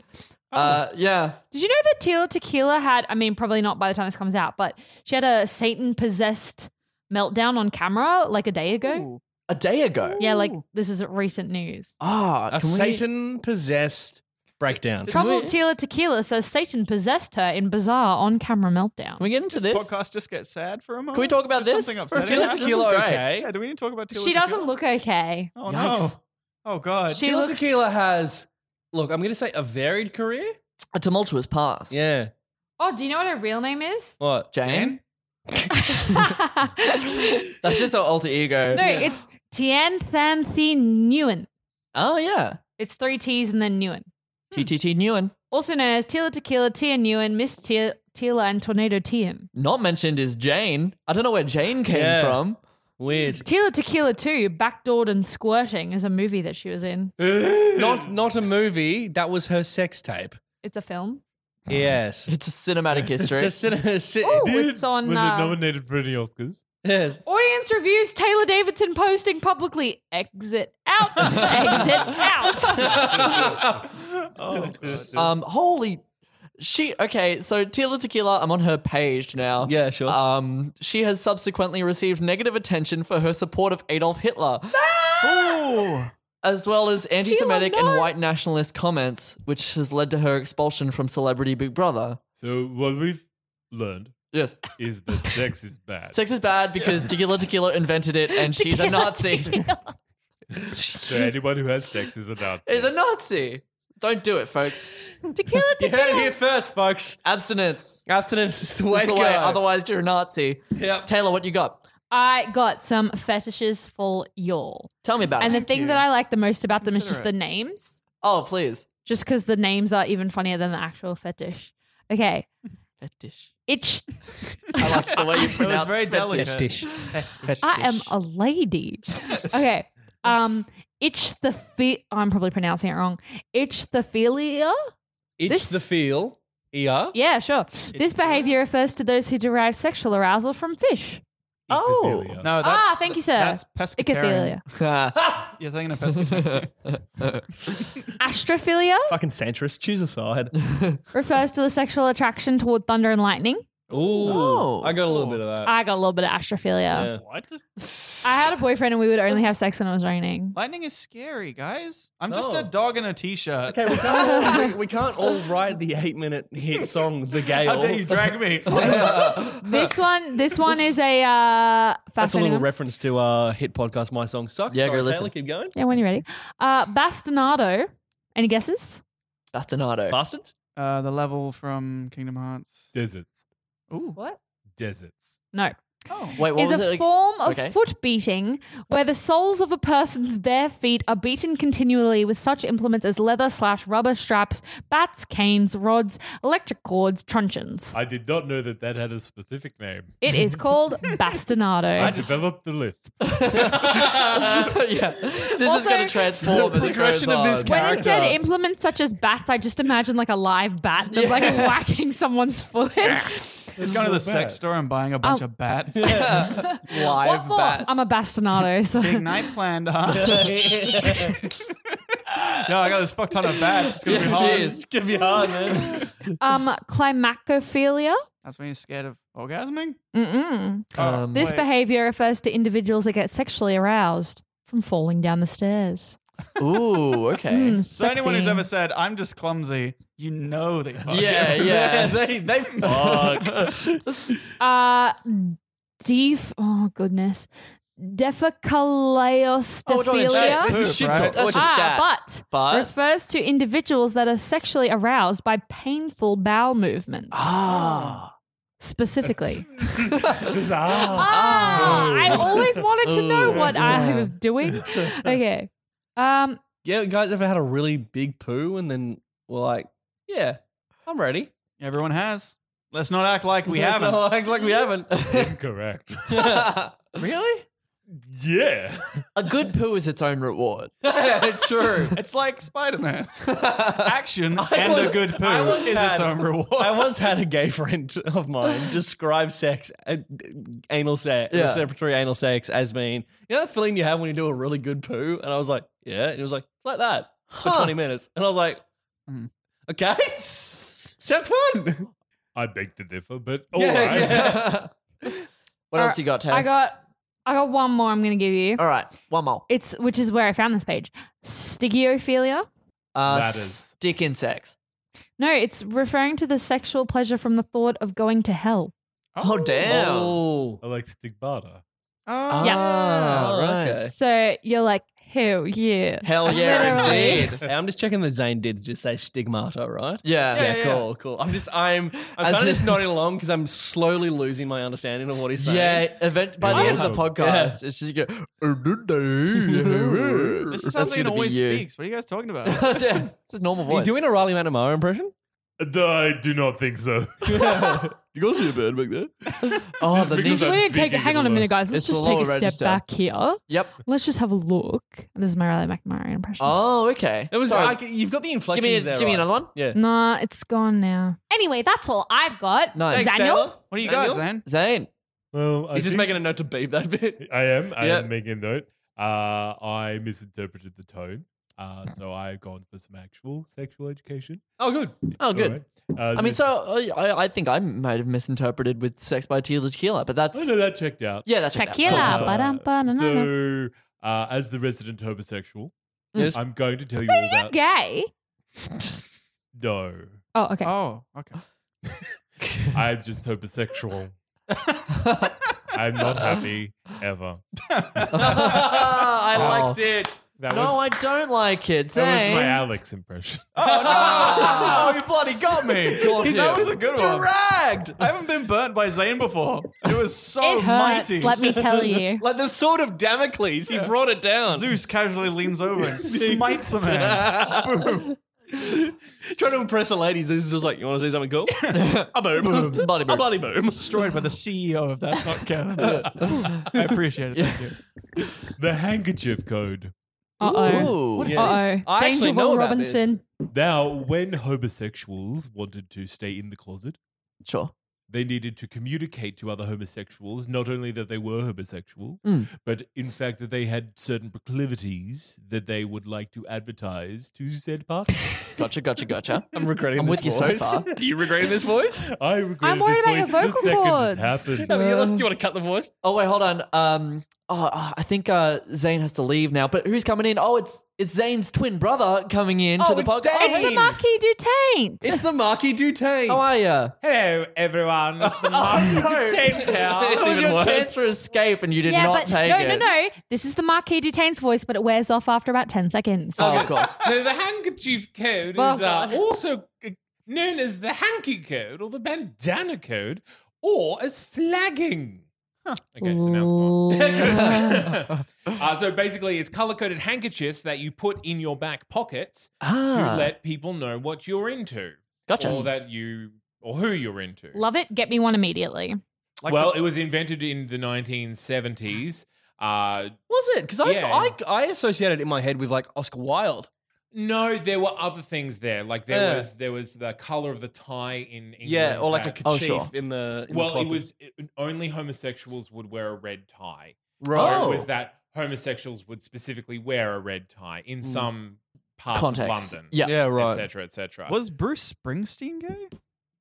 [SPEAKER 1] Oh.
[SPEAKER 2] Uh, yeah,
[SPEAKER 4] Did you know that Tila Tequila had, I mean, probably not by the time this comes out, but she had a Satan possessed meltdown on camera like a day ago?
[SPEAKER 2] a day ago.
[SPEAKER 4] Yeah, like this is recent news.
[SPEAKER 2] Ah,
[SPEAKER 1] good. A
[SPEAKER 2] can we-
[SPEAKER 1] Satan possessed breakdown.
[SPEAKER 4] Truffle Tila Tequila says Satan possessed her in bizarre on camera meltdown.
[SPEAKER 2] Can we get into this?
[SPEAKER 3] Podcast just get sad for a moment.
[SPEAKER 2] Can we talk about
[SPEAKER 3] Did
[SPEAKER 2] this?
[SPEAKER 3] Something
[SPEAKER 2] For
[SPEAKER 3] upsetting.
[SPEAKER 2] Tila
[SPEAKER 3] happen?
[SPEAKER 2] Tequila,
[SPEAKER 1] Tequila,
[SPEAKER 2] great.
[SPEAKER 1] okay.
[SPEAKER 3] Yeah, do we need to talk about Tila
[SPEAKER 4] she doesn't
[SPEAKER 3] Tequila?
[SPEAKER 4] look okay.
[SPEAKER 3] Oh no.
[SPEAKER 2] Yikes.
[SPEAKER 3] Oh god.
[SPEAKER 4] She
[SPEAKER 1] Tequila
[SPEAKER 4] looks
[SPEAKER 1] Tequila has, look, I'm going to say a varied career.
[SPEAKER 2] A tumultuous past.
[SPEAKER 1] Yeah.
[SPEAKER 4] Oh, do you know what her real name is?
[SPEAKER 1] What?
[SPEAKER 2] Jane.
[SPEAKER 4] no,
[SPEAKER 2] That's just her alter ego.
[SPEAKER 4] it's Tien Than Thien Nguyen.
[SPEAKER 2] Oh yeah,
[SPEAKER 4] It's three T's and then Nguyen.
[SPEAKER 2] TTT Newen.
[SPEAKER 4] Also known as Tila Tequila, Tia Nguyen, Miss Tia, Tila, and Tornado Tien.
[SPEAKER 2] Not mentioned is Jane. I don't know where Jane came
[SPEAKER 1] Yeah.
[SPEAKER 2] from.
[SPEAKER 1] Weird.
[SPEAKER 4] Tila Tequila 2, Backdoored and Squirting, is a movie that she was in.
[SPEAKER 1] Not not a movie. That was her sex tape.
[SPEAKER 4] It's a film.
[SPEAKER 1] Yes.
[SPEAKER 2] It's a cinematic history.
[SPEAKER 1] It's a cinema. ci-
[SPEAKER 4] Ooh,
[SPEAKER 5] Did-
[SPEAKER 4] it's on.
[SPEAKER 5] Was
[SPEAKER 4] uh,
[SPEAKER 5] it nominated for any Oscars?
[SPEAKER 1] Yes.
[SPEAKER 4] Audience reviews Taylor Davidson posting publicly. Exit out. Exit out.
[SPEAKER 2] Um, holy, she okay. So Tila Tequila, I'm on her page now.
[SPEAKER 1] Yeah, sure.
[SPEAKER 2] Um, she has subsequently received negative attention for her support of Adolf Hitler, as well as anti-Semitic and white nationalist comments, which has led to her expulsion from Celebrity Big Brother.
[SPEAKER 5] So what we've learned
[SPEAKER 2] Yes,
[SPEAKER 5] is that sex is bad.
[SPEAKER 2] sex is bad because Tequila Tequila invented it, and she's a Nazi.
[SPEAKER 5] so anyone who has sex is a Nazi.
[SPEAKER 2] Is a Nazi. Don't do it, folks.
[SPEAKER 4] Tequila
[SPEAKER 1] You heard it
[SPEAKER 4] Tequila.
[SPEAKER 1] here first, folks.
[SPEAKER 2] Abstinence.
[SPEAKER 1] Abstinence is the way
[SPEAKER 2] That's
[SPEAKER 1] to
[SPEAKER 2] the
[SPEAKER 1] go.
[SPEAKER 2] way. Otherwise, you're a Nazi.
[SPEAKER 1] Yep.
[SPEAKER 2] Taylor, what you got?
[SPEAKER 4] I got some fetishes for y'all.
[SPEAKER 2] Tell me about
[SPEAKER 4] And
[SPEAKER 2] it.
[SPEAKER 4] the thing that I like the most about them is just the names,
[SPEAKER 2] oh, please.
[SPEAKER 4] just because the names are even funnier than the actual fetish. Okay.
[SPEAKER 2] Fetish.
[SPEAKER 4] It's
[SPEAKER 2] I like the way you
[SPEAKER 3] It was
[SPEAKER 2] pronounce
[SPEAKER 3] very delicate.
[SPEAKER 1] Dish.
[SPEAKER 4] I am a lady. okay. Um itch the fe- I'm probably pronouncing it wrong. Itch the philia?
[SPEAKER 1] Itch
[SPEAKER 4] This-
[SPEAKER 1] the feel. ER.
[SPEAKER 4] Yeah, sure. this behavior refers to those who derive sexual arousal from fish.
[SPEAKER 2] Oh.
[SPEAKER 5] Epithelium.
[SPEAKER 3] No,
[SPEAKER 4] ah,
[SPEAKER 3] that,
[SPEAKER 4] thank you, sir.
[SPEAKER 3] that's pescatarian.
[SPEAKER 4] Ichthyophilia.
[SPEAKER 3] You're thinking of pescatarian.
[SPEAKER 4] Astrophilia
[SPEAKER 1] Fucking centrist. Choose a side.
[SPEAKER 4] refers to the sexual attraction toward thunder and lightning.
[SPEAKER 1] Ooh.
[SPEAKER 2] Oh.
[SPEAKER 1] I got a little bit of that.
[SPEAKER 4] I got a little bit of astrophilia.
[SPEAKER 1] Yeah.
[SPEAKER 3] what?
[SPEAKER 4] I had a boyfriend and we would only have sex when it was raining.
[SPEAKER 3] Lightning is scary, guys. I'm just
[SPEAKER 1] No.
[SPEAKER 3] a dog in a t-shirt.
[SPEAKER 1] Okay, we can't, all, we, we can't all write the eight minute hit song, The Gale.
[SPEAKER 3] How dare you drag me?
[SPEAKER 4] This one, this one is a uh,
[SPEAKER 1] That's a
[SPEAKER 4] fascinating.
[SPEAKER 1] little
[SPEAKER 4] one.
[SPEAKER 1] reference to uh, hit podcast My Song Sucks.
[SPEAKER 2] Yeah, go
[SPEAKER 1] Sorry,
[SPEAKER 2] listen.
[SPEAKER 1] Taylor, keep going.
[SPEAKER 4] yeah, when you're ready. Uh, bastinado. Any guesses?
[SPEAKER 2] Bastinado.
[SPEAKER 1] Bastards?
[SPEAKER 3] Uh, the level from Kingdom Hearts.
[SPEAKER 5] Deserts.
[SPEAKER 4] Ooh, what?
[SPEAKER 5] Deserts.
[SPEAKER 4] No.
[SPEAKER 3] Oh.
[SPEAKER 2] Wait, what
[SPEAKER 4] is
[SPEAKER 2] was
[SPEAKER 4] a
[SPEAKER 2] it?
[SPEAKER 4] form of
[SPEAKER 2] Okay.
[SPEAKER 4] foot beating where the soles of a person's bare feet are beaten continually with such implements as leather slash rubber straps, bats, canes, rods, electric cords, truncheons.
[SPEAKER 5] I did not know that that had a specific name.
[SPEAKER 4] It is called bastinado.
[SPEAKER 5] I developed the lisp.
[SPEAKER 2] yeah, this is
[SPEAKER 4] Also,
[SPEAKER 2] going to transform as it goes
[SPEAKER 1] progression of this
[SPEAKER 2] on.
[SPEAKER 1] character-
[SPEAKER 4] when it said implements such as bats, I just imagine like a live bat that's like whacking someone's foot.
[SPEAKER 3] Just going to the
[SPEAKER 5] not bad.
[SPEAKER 3] sex store and buying a bunch
[SPEAKER 4] Oh.
[SPEAKER 3] of bats.
[SPEAKER 4] what
[SPEAKER 2] live
[SPEAKER 4] for?
[SPEAKER 2] bats.
[SPEAKER 4] I'm a bastinado. So.
[SPEAKER 3] Big night planned, huh? yeah, I got this fuck ton of bats. It's gonna be hard.
[SPEAKER 2] Jeez.
[SPEAKER 1] It's gonna be hard, man.
[SPEAKER 4] Um, climacophilia.
[SPEAKER 3] That's when you're scared of orgasming.
[SPEAKER 4] Mm-mm.
[SPEAKER 3] Uh,
[SPEAKER 2] Um,
[SPEAKER 4] This
[SPEAKER 3] Wait.
[SPEAKER 4] behavior refers to individuals that get sexually aroused from falling down the stairs.
[SPEAKER 2] Ooh, okay.
[SPEAKER 4] Mm,
[SPEAKER 3] So anyone who's
[SPEAKER 4] sexy.
[SPEAKER 3] ever said, "I'm just clumsy," you know they fuck.
[SPEAKER 2] Yeah, yeah.
[SPEAKER 1] they they fuck.
[SPEAKER 4] Uh, def. Oh goodness.
[SPEAKER 2] Oh, we're talking about
[SPEAKER 4] Defecaleostephilia.
[SPEAKER 2] sex.
[SPEAKER 3] Poop,
[SPEAKER 5] shit
[SPEAKER 3] right?
[SPEAKER 5] talk.
[SPEAKER 2] That's just stat. Uh,
[SPEAKER 4] ah, but,
[SPEAKER 2] But-
[SPEAKER 4] refers to individuals that are sexually aroused by painful bowel movements.
[SPEAKER 2] Ah.
[SPEAKER 4] Specifically.
[SPEAKER 5] It's, ah.
[SPEAKER 4] ah, I always wanted to know
[SPEAKER 2] Ooh.
[SPEAKER 4] what I
[SPEAKER 2] Yeah.
[SPEAKER 4] was doing. Okay. Um,
[SPEAKER 1] yeah, guys ever had a really big poo and then were like, yeah, I'm ready.
[SPEAKER 3] Everyone has. Let's not act like we
[SPEAKER 1] It's
[SPEAKER 3] haven't.
[SPEAKER 1] not like, like we haven't.
[SPEAKER 5] Incorrect.
[SPEAKER 3] Really?
[SPEAKER 5] yeah.
[SPEAKER 2] a good poo is its own reward.
[SPEAKER 1] it's true.
[SPEAKER 3] It's like Spider Man. Action and
[SPEAKER 1] once-
[SPEAKER 3] a good poo
[SPEAKER 1] I once
[SPEAKER 3] is its
[SPEAKER 1] had-
[SPEAKER 3] own reward.
[SPEAKER 1] I once had a gay friend of mine describe sex, uh, anal sex,
[SPEAKER 2] Yeah.
[SPEAKER 1] receptory anal sex, as being, you know, that feeling you have when you do a really good poo? And I was like, yeah. And he was like, it's like that for
[SPEAKER 2] Huh.
[SPEAKER 1] 20 minutes. And I was like,
[SPEAKER 3] Mm-hmm.
[SPEAKER 1] okay, sounds fun.
[SPEAKER 5] I beg to differ, but all right.
[SPEAKER 1] Yeah, yeah.
[SPEAKER 2] What else you got, Taylor?
[SPEAKER 4] I got, I got one more. I'm going to give you.
[SPEAKER 2] All right, one more.
[SPEAKER 4] It's which is where I found this page. Stigiophilia.
[SPEAKER 2] Uh,
[SPEAKER 5] That is-
[SPEAKER 2] Stick insects.
[SPEAKER 4] No, it's referring to the sexual pleasure from the thought of going to hell.
[SPEAKER 2] Oh, damn.
[SPEAKER 1] Oh.
[SPEAKER 5] I like Stigbata.
[SPEAKER 3] Oh,
[SPEAKER 4] Yeah.
[SPEAKER 2] Ah, right.
[SPEAKER 1] okay.
[SPEAKER 4] So you're like, hell yeah.
[SPEAKER 2] Hell yeah,
[SPEAKER 4] Literally.
[SPEAKER 2] indeed.
[SPEAKER 1] Hey, I'm just checking the Zane did just say stigmata, right?
[SPEAKER 2] Yeah.
[SPEAKER 1] Yeah, cool, cool. I'm just, I'm, I'm
[SPEAKER 2] As
[SPEAKER 1] kind of
[SPEAKER 2] in-
[SPEAKER 1] just nodding along because I'm slowly losing my understanding of what he's saying.
[SPEAKER 2] Yeah, event by the
[SPEAKER 5] Yeah.
[SPEAKER 2] end of the podcast, it's just go. "Oh,
[SPEAKER 3] This
[SPEAKER 2] That's
[SPEAKER 3] is how Zane
[SPEAKER 2] gonna be
[SPEAKER 3] always
[SPEAKER 2] you.
[SPEAKER 3] speaks. What are you guys talking about?
[SPEAKER 2] yeah, it's a normal
[SPEAKER 1] Are you
[SPEAKER 2] voice.
[SPEAKER 1] doing a Riley Matamaro impression?
[SPEAKER 5] I do not think so.
[SPEAKER 2] You guys see a bird back there? Oh, the
[SPEAKER 5] because
[SPEAKER 4] We
[SPEAKER 2] knees.
[SPEAKER 5] I-
[SPEAKER 4] need to take.
[SPEAKER 5] Speaking
[SPEAKER 4] Hang
[SPEAKER 5] of
[SPEAKER 4] on a
[SPEAKER 5] the-
[SPEAKER 4] minute, guys.
[SPEAKER 2] It's
[SPEAKER 4] Let's
[SPEAKER 2] the
[SPEAKER 4] just take a
[SPEAKER 2] lower
[SPEAKER 4] step
[SPEAKER 2] register.
[SPEAKER 4] back here.
[SPEAKER 2] Yep.
[SPEAKER 4] Let's just have a look. This is my Riley McMurray impression.
[SPEAKER 2] Oh, okay.
[SPEAKER 1] It was. uh,
[SPEAKER 2] Sorry.
[SPEAKER 1] I c- you've got the
[SPEAKER 2] give
[SPEAKER 1] inflection.
[SPEAKER 2] me,
[SPEAKER 1] there,
[SPEAKER 2] give me
[SPEAKER 1] right?
[SPEAKER 2] another one.
[SPEAKER 1] Yeah.
[SPEAKER 4] Nah, it's gone now. Anyway, that's all I've got.
[SPEAKER 2] Nice.
[SPEAKER 1] Thanks,
[SPEAKER 4] Daniel?
[SPEAKER 1] Taylor.
[SPEAKER 3] What do you
[SPEAKER 1] Daniel?
[SPEAKER 3] got, Zane?
[SPEAKER 2] Zane.
[SPEAKER 5] Well, I
[SPEAKER 1] He's just
[SPEAKER 5] think-
[SPEAKER 1] making a note to beep that bit.
[SPEAKER 5] I am. I
[SPEAKER 1] Yeah.
[SPEAKER 5] am making a note. Uh, I misinterpreted the tone, uh, so I've gone for some actual sexual education.
[SPEAKER 1] Oh, good.
[SPEAKER 2] Oh, good.
[SPEAKER 5] All right. Uh,
[SPEAKER 2] I mean,
[SPEAKER 5] this-
[SPEAKER 2] so I, I- I think I might have misinterpreted with "Sex by Tequila Tequila," but that's
[SPEAKER 5] Oh, no, that checked out.
[SPEAKER 2] yeah, that's
[SPEAKER 4] Tequila.
[SPEAKER 5] Uh,
[SPEAKER 4] Ba-dum-ba-na-na-na.
[SPEAKER 5] so, uh, as the resident homosexual,
[SPEAKER 1] Yes.
[SPEAKER 5] I'm going to tell you all about
[SPEAKER 4] Gay.
[SPEAKER 5] no.
[SPEAKER 4] Oh, okay.
[SPEAKER 3] Oh, okay.
[SPEAKER 5] I'm just homosexual. I'm not happy ever.
[SPEAKER 2] I
[SPEAKER 1] Oh.
[SPEAKER 2] liked it.
[SPEAKER 5] That
[SPEAKER 2] No,
[SPEAKER 5] was,
[SPEAKER 2] I don't like it.
[SPEAKER 5] that was my
[SPEAKER 2] Zane.
[SPEAKER 5] Alex impression.
[SPEAKER 3] Oh, no. oh, you bloody got me.
[SPEAKER 2] Got
[SPEAKER 3] that
[SPEAKER 2] you.
[SPEAKER 3] was a good one.
[SPEAKER 2] Dragged.
[SPEAKER 3] I haven't been burnt by Zane before. It was so
[SPEAKER 1] Oh,
[SPEAKER 4] it hurts.
[SPEAKER 3] mighty.
[SPEAKER 4] Let me tell you.
[SPEAKER 1] Like the sword of Damocles, he brought it down.
[SPEAKER 3] Zeus casually leans over and smites a man.
[SPEAKER 1] Trying to impress a lady, Zeus is just like, "You want to see something cool? a boom,
[SPEAKER 2] Bloody
[SPEAKER 1] a
[SPEAKER 2] boom.
[SPEAKER 1] bloody boom."
[SPEAKER 3] Destroyed by the CEO of That's Not Canada. I appreciate it. Thank you.
[SPEAKER 5] The handkerchief code.
[SPEAKER 4] Uh oh.
[SPEAKER 2] Ooh.
[SPEAKER 1] What is
[SPEAKER 2] Yeah.
[SPEAKER 4] Uh
[SPEAKER 1] I
[SPEAKER 4] oh.
[SPEAKER 1] actually
[SPEAKER 4] Danger
[SPEAKER 1] know
[SPEAKER 4] Will
[SPEAKER 1] about this.
[SPEAKER 4] Robinson.
[SPEAKER 5] Now, when homosexuals wanted to stay in the closet,
[SPEAKER 2] Sure.
[SPEAKER 5] they needed to communicate to other homosexuals not only that they were homosexual,
[SPEAKER 2] Mm.
[SPEAKER 5] but in fact that they had certain proclivities that they would like to advertise to said partners.
[SPEAKER 2] Gotcha. Gotcha. Gotcha.
[SPEAKER 1] I'm regretting.
[SPEAKER 2] I'm
[SPEAKER 1] this
[SPEAKER 2] with you so
[SPEAKER 1] voice.
[SPEAKER 2] far.
[SPEAKER 1] Are you regretting this voice?
[SPEAKER 5] I regret
[SPEAKER 4] I'm worried
[SPEAKER 5] this
[SPEAKER 4] about your
[SPEAKER 5] voice the
[SPEAKER 4] vocal
[SPEAKER 5] second it
[SPEAKER 4] cords.
[SPEAKER 5] happened.
[SPEAKER 1] No, but you, let's- you want to cut the voice?
[SPEAKER 2] Oh wait, hold on. Um, oh, oh, I think uh, Zane has to leave now. But who's coming in? Oh, it's it's Zane's twin brother coming in
[SPEAKER 1] Oh,
[SPEAKER 2] to the
[SPEAKER 1] it's
[SPEAKER 2] podcast.
[SPEAKER 1] Dane.
[SPEAKER 4] It's the Marquis du Taint.
[SPEAKER 1] It's the Marquis Dutain.
[SPEAKER 2] How are you?
[SPEAKER 5] Hello, everyone. It's the
[SPEAKER 2] no.
[SPEAKER 1] It's
[SPEAKER 2] It was
[SPEAKER 1] even
[SPEAKER 2] your
[SPEAKER 1] worse.
[SPEAKER 2] chance for escape, and you did
[SPEAKER 4] yeah,
[SPEAKER 2] not
[SPEAKER 4] but
[SPEAKER 2] take
[SPEAKER 4] no,
[SPEAKER 2] it.
[SPEAKER 4] no, no. This is the Marquis du Taint's voice, but it wears off after about ten seconds.
[SPEAKER 2] Oh, of course.
[SPEAKER 6] So the handkerchief code
[SPEAKER 4] Oh,
[SPEAKER 6] is uh,
[SPEAKER 4] God.
[SPEAKER 6] also uh, known as the hanky code or the bandana code or as flagging. Okay, so now it's gone. uh, so basically, it's color coded handkerchiefs that you put in your back pockets
[SPEAKER 2] Ah.
[SPEAKER 6] to let people know what you're into,
[SPEAKER 2] Gotcha.
[SPEAKER 6] or that you or who you're into.
[SPEAKER 4] Love it. Get me one immediately.
[SPEAKER 3] Like
[SPEAKER 6] well,
[SPEAKER 3] the-
[SPEAKER 6] it was invented in the 1970s. Uh,
[SPEAKER 1] Was it? Because I,
[SPEAKER 6] Yeah.
[SPEAKER 1] I, I associated it in my head with like Oscar Wilde.
[SPEAKER 6] no, there were other things there. Like there
[SPEAKER 1] Yeah.
[SPEAKER 6] was there was the color of the tie in England.
[SPEAKER 1] Yeah, or like a
[SPEAKER 6] back-
[SPEAKER 1] kerchief
[SPEAKER 2] Oh, sure.
[SPEAKER 1] in the. in the
[SPEAKER 6] well, it
[SPEAKER 1] pocket.
[SPEAKER 6] was it- only homosexuals would wear a red tie.
[SPEAKER 1] Right.
[SPEAKER 6] Or oh, it was that homosexuals would specifically wear a red tie in some parts
[SPEAKER 2] Context.
[SPEAKER 6] of London.
[SPEAKER 2] Yeah.
[SPEAKER 1] Mm. Yeah,
[SPEAKER 6] etc.
[SPEAKER 1] right.
[SPEAKER 6] Etc.
[SPEAKER 3] was Bruce Springsteen gay?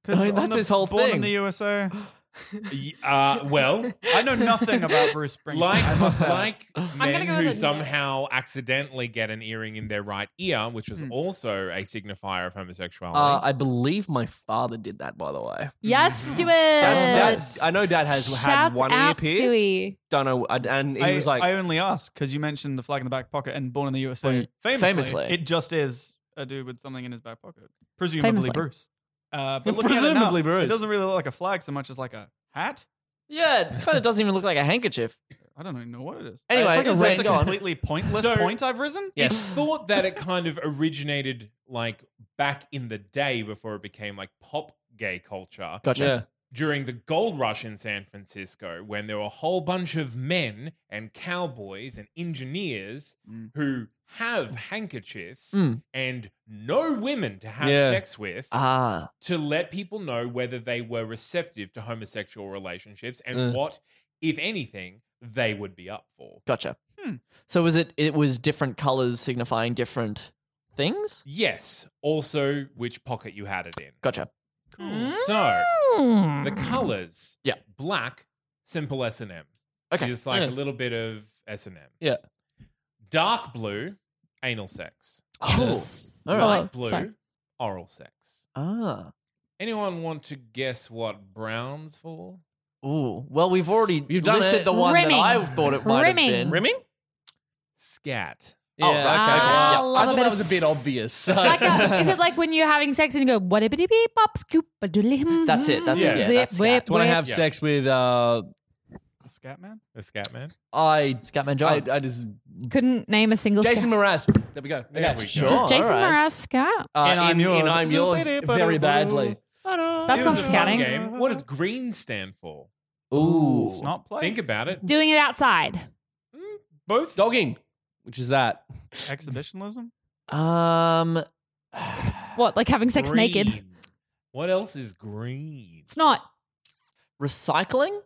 [SPEAKER 2] I mean,
[SPEAKER 3] on
[SPEAKER 2] that's
[SPEAKER 3] the-
[SPEAKER 2] his whole
[SPEAKER 3] born
[SPEAKER 2] thing.
[SPEAKER 3] in the USA.
[SPEAKER 6] Y- Uh, well,
[SPEAKER 3] I know nothing about Bruce Springsteen. I
[SPEAKER 6] like
[SPEAKER 3] must have.
[SPEAKER 6] like
[SPEAKER 4] gonna
[SPEAKER 6] men
[SPEAKER 4] go
[SPEAKER 6] who
[SPEAKER 4] with a-
[SPEAKER 6] somehow accidentally get an earring in their right ear, which was also a signifier of homosexuality.
[SPEAKER 1] Hmm. Uh, I believe my father did that, by the way.
[SPEAKER 4] Yes,
[SPEAKER 2] Mm.
[SPEAKER 4] Stuart.
[SPEAKER 1] That's, that, I know Dad has had
[SPEAKER 4] Shouts
[SPEAKER 1] one ear
[SPEAKER 4] out,
[SPEAKER 1] pierced.
[SPEAKER 4] Stewie.
[SPEAKER 1] Don't know, and he
[SPEAKER 3] I,
[SPEAKER 1] was like, oh,
[SPEAKER 3] I only ask because you mentioned the flag in the back pocket and born in the USA.
[SPEAKER 2] Well,
[SPEAKER 3] famously,
[SPEAKER 2] famously.
[SPEAKER 3] it just is a dude with something in his back pocket, presumably
[SPEAKER 4] Famously.
[SPEAKER 3] Bruce. Uh, but looking at it now,
[SPEAKER 1] Presumably Bruce.
[SPEAKER 3] It doesn't really look like a flag so much as like a hat.
[SPEAKER 2] Yeah, it kind of doesn't even look like a handkerchief.
[SPEAKER 3] I don't even know what it is.
[SPEAKER 2] Anyway,
[SPEAKER 3] it's like
[SPEAKER 2] it's
[SPEAKER 3] is this
[SPEAKER 2] like-
[SPEAKER 3] a
[SPEAKER 2] go on.
[SPEAKER 3] completely pointless
[SPEAKER 6] So-
[SPEAKER 3] point I've risen.
[SPEAKER 6] It's thought that it kind of originated like back in the day before it became like pop gay culture
[SPEAKER 2] Gotcha.
[SPEAKER 1] yeah.
[SPEAKER 6] during the gold rush in San Francisco when there were a whole bunch of men and cowboys and engineers
[SPEAKER 3] Mm.
[SPEAKER 6] who have handkerchiefs
[SPEAKER 2] Mm.
[SPEAKER 6] and no women to have
[SPEAKER 1] Yeah.
[SPEAKER 6] sex with
[SPEAKER 2] Ah,
[SPEAKER 6] to let people know whether they were receptive to homosexual relationships and
[SPEAKER 2] Uh.
[SPEAKER 1] Mm.
[SPEAKER 6] what, if anything, they would be up for.
[SPEAKER 2] gotcha.
[SPEAKER 3] Hmm.
[SPEAKER 2] So was it? It was different colors signifying different things.
[SPEAKER 6] Yes, also which pocket you had it in.
[SPEAKER 2] Gotcha.
[SPEAKER 6] So
[SPEAKER 4] Hmm.
[SPEAKER 6] the colors,
[SPEAKER 2] Mm. Yeah.
[SPEAKER 6] black, simple S and M.
[SPEAKER 2] Okay.
[SPEAKER 6] just like
[SPEAKER 1] Yeah.
[SPEAKER 6] a little bit of S and M.
[SPEAKER 1] Yeah.
[SPEAKER 6] dark blue, anal sex.
[SPEAKER 2] Cool. All right.
[SPEAKER 6] Light blue,
[SPEAKER 4] Oh, sorry.
[SPEAKER 6] oral sex.
[SPEAKER 2] Ah.
[SPEAKER 6] Anyone want to guess what brown's for?
[SPEAKER 2] Ooh. Well, we've already
[SPEAKER 1] You've done
[SPEAKER 2] listed
[SPEAKER 1] it.
[SPEAKER 2] the one
[SPEAKER 4] Rimming.
[SPEAKER 2] that I thought it might
[SPEAKER 4] Rimming.
[SPEAKER 2] have been.
[SPEAKER 1] Rimming?
[SPEAKER 6] Scat.
[SPEAKER 1] Yeah,
[SPEAKER 2] Oh,
[SPEAKER 1] okay.
[SPEAKER 2] right, okay, okay.
[SPEAKER 1] I
[SPEAKER 2] Yeah.
[SPEAKER 4] Ah, love a
[SPEAKER 1] thought
[SPEAKER 4] bit
[SPEAKER 1] that
[SPEAKER 4] of
[SPEAKER 1] was a bit obvious. so-
[SPEAKER 4] like a, is it like when you're having sex and you go what a bitty beep bop scoop a doodly hum,
[SPEAKER 2] That's it, that's
[SPEAKER 6] it, yeah,
[SPEAKER 4] zip,
[SPEAKER 2] that's-
[SPEAKER 4] whip,
[SPEAKER 1] It's when I
[SPEAKER 4] whip.
[SPEAKER 1] have
[SPEAKER 6] Yeah.
[SPEAKER 1] sex with, uh,
[SPEAKER 3] A scat man.
[SPEAKER 6] The scat man.
[SPEAKER 1] I,
[SPEAKER 2] Scatman
[SPEAKER 1] I,
[SPEAKER 2] John.
[SPEAKER 1] I just,
[SPEAKER 4] couldn't name a single
[SPEAKER 1] Jason
[SPEAKER 4] scat.
[SPEAKER 1] Mraz. There we go.
[SPEAKER 6] There
[SPEAKER 1] Okay.
[SPEAKER 6] we go.
[SPEAKER 2] Just-
[SPEAKER 4] Does Jason
[SPEAKER 2] Oh, All right.
[SPEAKER 4] Mraz scat?
[SPEAKER 1] Uh,
[SPEAKER 3] And I'm
[SPEAKER 1] in- in
[SPEAKER 3] yours.
[SPEAKER 1] I'm yours. Very badly.
[SPEAKER 4] That's
[SPEAKER 6] It
[SPEAKER 4] not
[SPEAKER 6] was a fun
[SPEAKER 4] scatting.
[SPEAKER 6] Game. What does green stand for?
[SPEAKER 2] Ooh.
[SPEAKER 3] Snot play.
[SPEAKER 6] Think about it.
[SPEAKER 4] Doing it outside.
[SPEAKER 6] Both.
[SPEAKER 1] Dogging, which is that.
[SPEAKER 3] Exhibitionism.
[SPEAKER 2] Um.
[SPEAKER 4] What like having sex naked?
[SPEAKER 6] Green. What else is green?
[SPEAKER 4] It's not.
[SPEAKER 2] Recycling.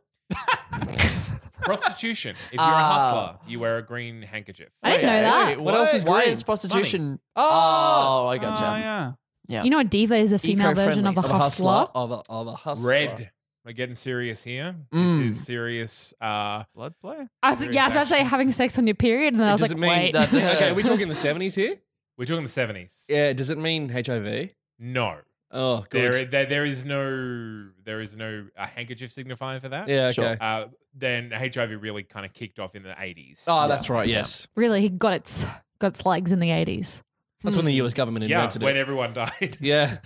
[SPEAKER 6] Prostitution. If you're a
[SPEAKER 2] Ah.
[SPEAKER 6] hustler, you wear a green handkerchief.
[SPEAKER 4] I didn't know that.
[SPEAKER 1] What else is Ah,
[SPEAKER 2] Why
[SPEAKER 1] green?
[SPEAKER 2] is prostitution?
[SPEAKER 1] Oh.
[SPEAKER 2] Oh, I
[SPEAKER 3] Oh
[SPEAKER 2] gotcha.
[SPEAKER 3] yeah.
[SPEAKER 2] Yeah.
[SPEAKER 4] You know, a diva is a female version
[SPEAKER 2] Eco-friendly.
[SPEAKER 4] of a
[SPEAKER 2] Of
[SPEAKER 1] Of
[SPEAKER 4] hustler.
[SPEAKER 1] a hustler. Of a, of a hustler.
[SPEAKER 6] Red. We're getting serious here.
[SPEAKER 2] Mm.
[SPEAKER 6] This is serious. Uh,
[SPEAKER 3] Blood play.
[SPEAKER 4] I was,
[SPEAKER 6] Very
[SPEAKER 4] yeah, so I'd say
[SPEAKER 6] sexual.
[SPEAKER 4] having sex on your period, and then I was
[SPEAKER 1] does
[SPEAKER 4] like,
[SPEAKER 1] it mean
[SPEAKER 4] wait.
[SPEAKER 1] that? okay, are we talking the 70s here?
[SPEAKER 6] we're talking the seventies.
[SPEAKER 1] Yeah, does it mean HIV?
[SPEAKER 6] No,
[SPEAKER 1] Oh, good.
[SPEAKER 6] there, there, there is no, there is no uh handkerchief signifier for that.
[SPEAKER 1] yeah, okay.
[SPEAKER 2] Sure.
[SPEAKER 6] Uh, then HIV really kind of kicked off in the eighties.
[SPEAKER 1] Oh, that's right, yes.
[SPEAKER 4] really, he got its got its legs in the eighties.
[SPEAKER 1] That's when the
[SPEAKER 4] Hmm.
[SPEAKER 1] US government
[SPEAKER 6] yeah,
[SPEAKER 1] invented
[SPEAKER 6] when
[SPEAKER 1] it.
[SPEAKER 6] everyone died.
[SPEAKER 1] Yeah.